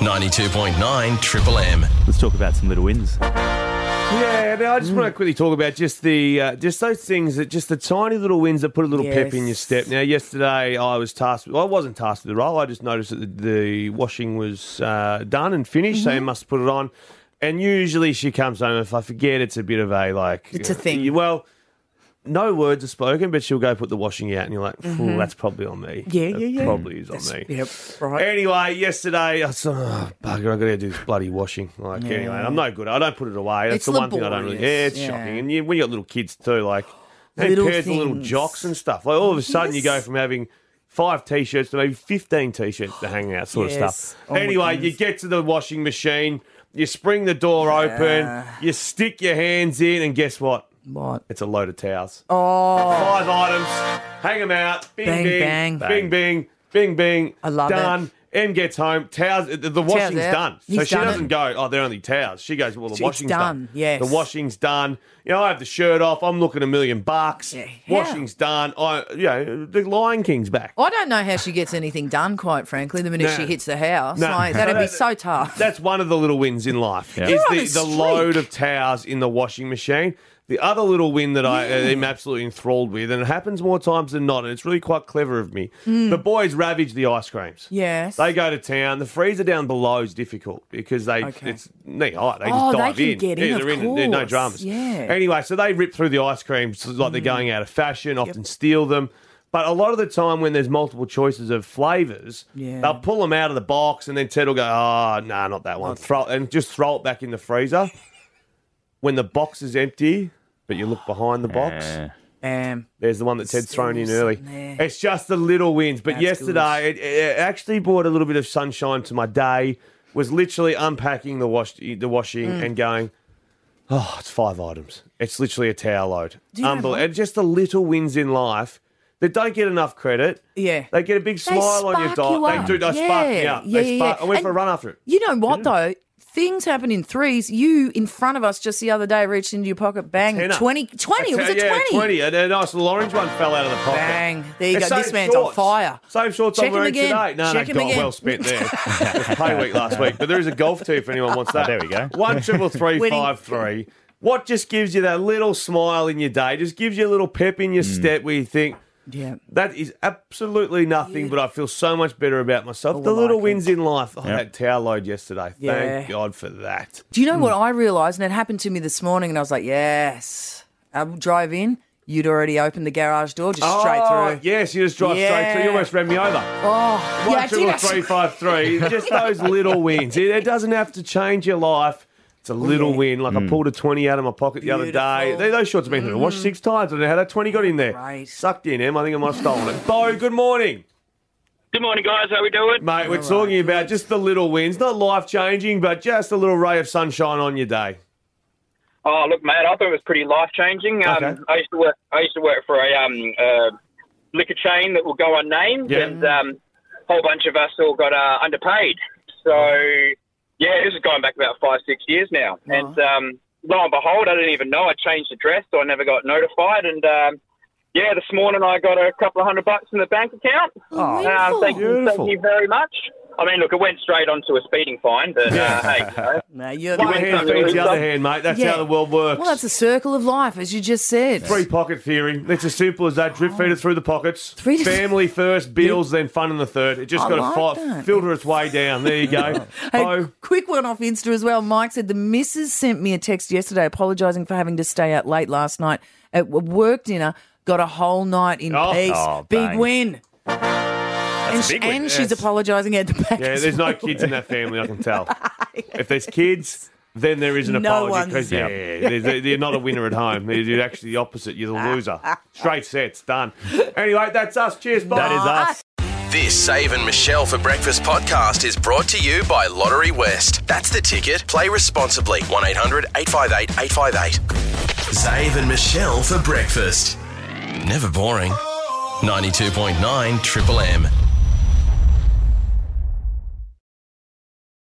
S1: 92.9 Triple M.
S3: Let's talk about some little wins.
S6: Yeah, now I just
S4: Mm.
S6: want to quickly talk about just the uh, just those things that just the tiny little wins that put a little pep in your
S3: Yes.
S6: step. Now, yesterday I was tasked. Well, I wasn't tasked with the role. I just noticed that the, the washing was uh, done and finished,
S4: Mm-hmm.
S6: so you must put it on. And usually she comes home. If I forget, it's a bit of a like.
S4: It's a thing.
S6: Well, no words are spoken, but she'll go put the washing out, and you're like, "Phew,
S4: Mhm.
S6: that's probably on me.
S4: Yeah, yeah,
S6: That
S4: yeah.
S6: Probably is on me.
S4: Yep. Right.
S6: Anyway, yesterday I said, oh, bugger, i got to do this bloody washing. Like,
S4: Yeah.
S6: anyway, I'm no good. I don't put it away. That's
S4: It's
S6: the one thing I don't really. Yeah,
S4: laborious,
S6: it's
S4: yeah.
S6: shocking. And you, when you got little kids too, like, they
S4: Little
S6: pairs of little
S4: things.
S6: jocks and stuff. Like, all of a sudden you go from having five t shirts to maybe 15 t shirts to hang out, sort of
S4: Yes.
S6: stuff.
S4: Oh, my
S6: anyway, you
S4: goodness.
S6: get to the washing machine, you spring the door
S4: Yeah.
S6: open, you stick your hands in, and guess what?
S4: What?
S6: It's a load of towels.
S4: Oh.
S6: Five items. Hang them out. Bing,
S4: Bang,
S6: bing,
S4: bang.
S6: bing, bing, bing, bing. I
S4: love it.
S6: done. M gets home. Towels. The, the
S4: Towels
S6: washing's
S4: out.
S6: done. so
S4: He's
S6: she
S4: done
S6: doesn't
S4: it.
S6: go. Oh, they're only towels. She goes. Well, the
S4: It's
S6: washing's
S4: done, yes.
S6: The washing's done. You know, I have the shirt off. I'm looking a million bucks. Washing's done. I, you know, the Lion King's back.
S4: I don't know how she gets anything done, quite frankly, the minute
S6: No.
S4: she hits the house.
S6: No.
S4: Like, that'd be so tough.
S6: That's one of the little wins in life.
S4: Yeah.
S6: Is
S4: You're on
S6: the,
S4: a
S6: the
S4: streak.
S6: load of towels in the washing machine. The other little win that I uh, am absolutely enthralled with, and it happens more times than not, and it's really quite clever of me.
S4: Mm.
S6: The boys ravage the ice creams.
S4: Yes.
S6: They go to town. The freezer down below is difficult because they it's knee high. They just
S4: Oh, they
S6: dive
S4: can
S6: in.
S4: get in,
S6: Yeah,
S4: of
S6: they're in. They're no
S4: course.
S6: dramas.
S4: Yeah. Mm.
S6: Anyway, so they rip through the ice creams like they're going out of fashion. Often steal them. But a lot of the time, when there's multiple choices of flavors,
S4: Yeah.
S6: they'll pull them out of the box, and then Ted will go, "Oh, no, not that one." Throw and just throw it back in the freezer. When the box is empty, but you look behind the box,
S4: um,
S6: there's the one that Ted's thrown in
S4: still
S6: early.
S4: sitting there.
S6: It's just the little wins. But
S4: That's
S6: yesterday, it, it actually brought a little bit of sunshine to my day. Was literally unpacking the wash, the washing,
S4: Mm.
S6: and going, oh, it's five items. It's literally a tower load.
S4: Do you know
S6: Unbelievable.
S4: what?
S6: And just the little wins in life that don't get enough credit.
S4: Yeah.
S6: They get a big
S4: They
S6: smile on your
S4: spark you
S6: dog. they
S4: up.
S6: do. They spark me
S4: Yeah.
S6: up.
S4: Yeah,
S6: they
S4: yeah,
S6: spark,
S4: yeah.
S6: I went for a
S4: And-
S6: run after it.
S4: You know what though? Things happen in threes. You in front of us just the other day reached into your pocket, bang,
S6: Tenner.
S4: 20, 20, it was a
S6: yeah,
S4: 20.
S6: 20. And a nice little orange one fell out of the pocket.
S4: Bang. There you
S6: And
S4: go.
S6: same
S4: This man's on
S6: shorts.
S4: fire.
S6: Same shorts
S4: Check
S6: I'm
S4: him
S6: wearing
S4: again.
S6: today. No,
S4: Check
S6: no,
S4: him
S6: got
S4: again.
S6: well spent there. it was pay week last week, but there is a golf tee if anyone wants that.
S3: Oh, there we go.
S6: One triple three
S3: Winning.
S6: five three. What just gives you that little smile in your day? Just gives you a little pep in
S3: Hmm.
S6: your step where you think.
S4: Yeah.
S6: That is absolutely nothing, but I feel so much better about myself.
S4: Oh,
S6: the
S4: I
S6: little
S4: like
S6: wins in life. Oh, I had tower load yesterday.
S4: Yeah.
S6: Thank God for that.
S4: Do you know what I realised? And it happened to me this morning, and I was like, yes. I drive in. You'd already opened the garage door, just straight
S6: Oh,
S4: through.
S6: Yes, you just drive straight through. You
S4: Yeah.
S6: almost ran me over.
S4: Oh,
S6: One
S4: yeah, I did
S6: triple
S4: actually-
S6: three five three. Just those little wins. It, it doesn't have to change your life. It's a little win. Like I pulled a twenty out of my pocket the other day. They- Those shorts have been through the wash
S4: Mm.
S6: six times. I don't know how that twenty got in there. Sucked in, Em. I think I might have stolen it. Bo, good morning.
S11: Good morning, guys. How we doing?
S6: Mate, we're talking about just the little wins, not life changing, but just a little ray of sunshine on your day.
S11: Oh, look, mate, I thought it was pretty life changing. Um,
S6: Okay.
S11: I used to work. I used to work for a um, uh, liquor chain that will go unnamed,
S6: Yeah.
S11: and um, a whole bunch of us all got uh, underpaid. So, yeah, this is going back about five, six years now. And um, lo and behold, I didn't even know I changed address, so I never got notified. And um, yeah, this morning I got a couple of hundred bucks in the bank account.
S6: Oh,
S11: um, thank, you,
S6: beautiful.
S11: thank you very much. I mean, look, it went straight onto a speeding fine, but uh, hey, you know.
S4: Now you're
S6: One hand feeds the other hand, mate. That's
S4: Yeah.
S6: how the world works.
S4: Well, that's a circle of life, as you just said.
S6: Three pocket theory. It's as simple as that. Drip feed it through the pockets.
S4: Oh. Three-
S6: Family first, bills, then fun in the third. It just
S4: I
S6: got to
S4: like
S6: fi-
S4: that.
S6: filter its way down. There you go.
S4: Hey, quick one off Insta as well. Mike said the missus sent me a text yesterday apologising for having to stay out late last night at w- work dinner. Got a whole night in
S6: Oh.
S4: peace.
S6: Oh,
S4: big
S6: bang.
S4: win. and
S6: a big
S4: sh-
S6: win,
S4: and
S6: yes.
S4: she's apologising at the back.
S6: Yeah,
S4: as
S6: there's no
S4: well.
S6: kids in that family, I can tell. If there's kids, then there is an
S4: No
S6: apology.
S4: one's-
S6: 'cause, yeah,
S4: Yeah.
S6: there's- You're not a winner at home. You're- You're actually the opposite. You're the loser. Straight sets, done. Anyway, that's us. Cheers, bye.
S1: That is us. This Save and Michelle for Breakfast podcast is brought to you by Lottery West. That's the ticket. Play responsibly. 1 800 858 858. Save and Michelle for Breakfast. Never boring. 92.9 Triple M.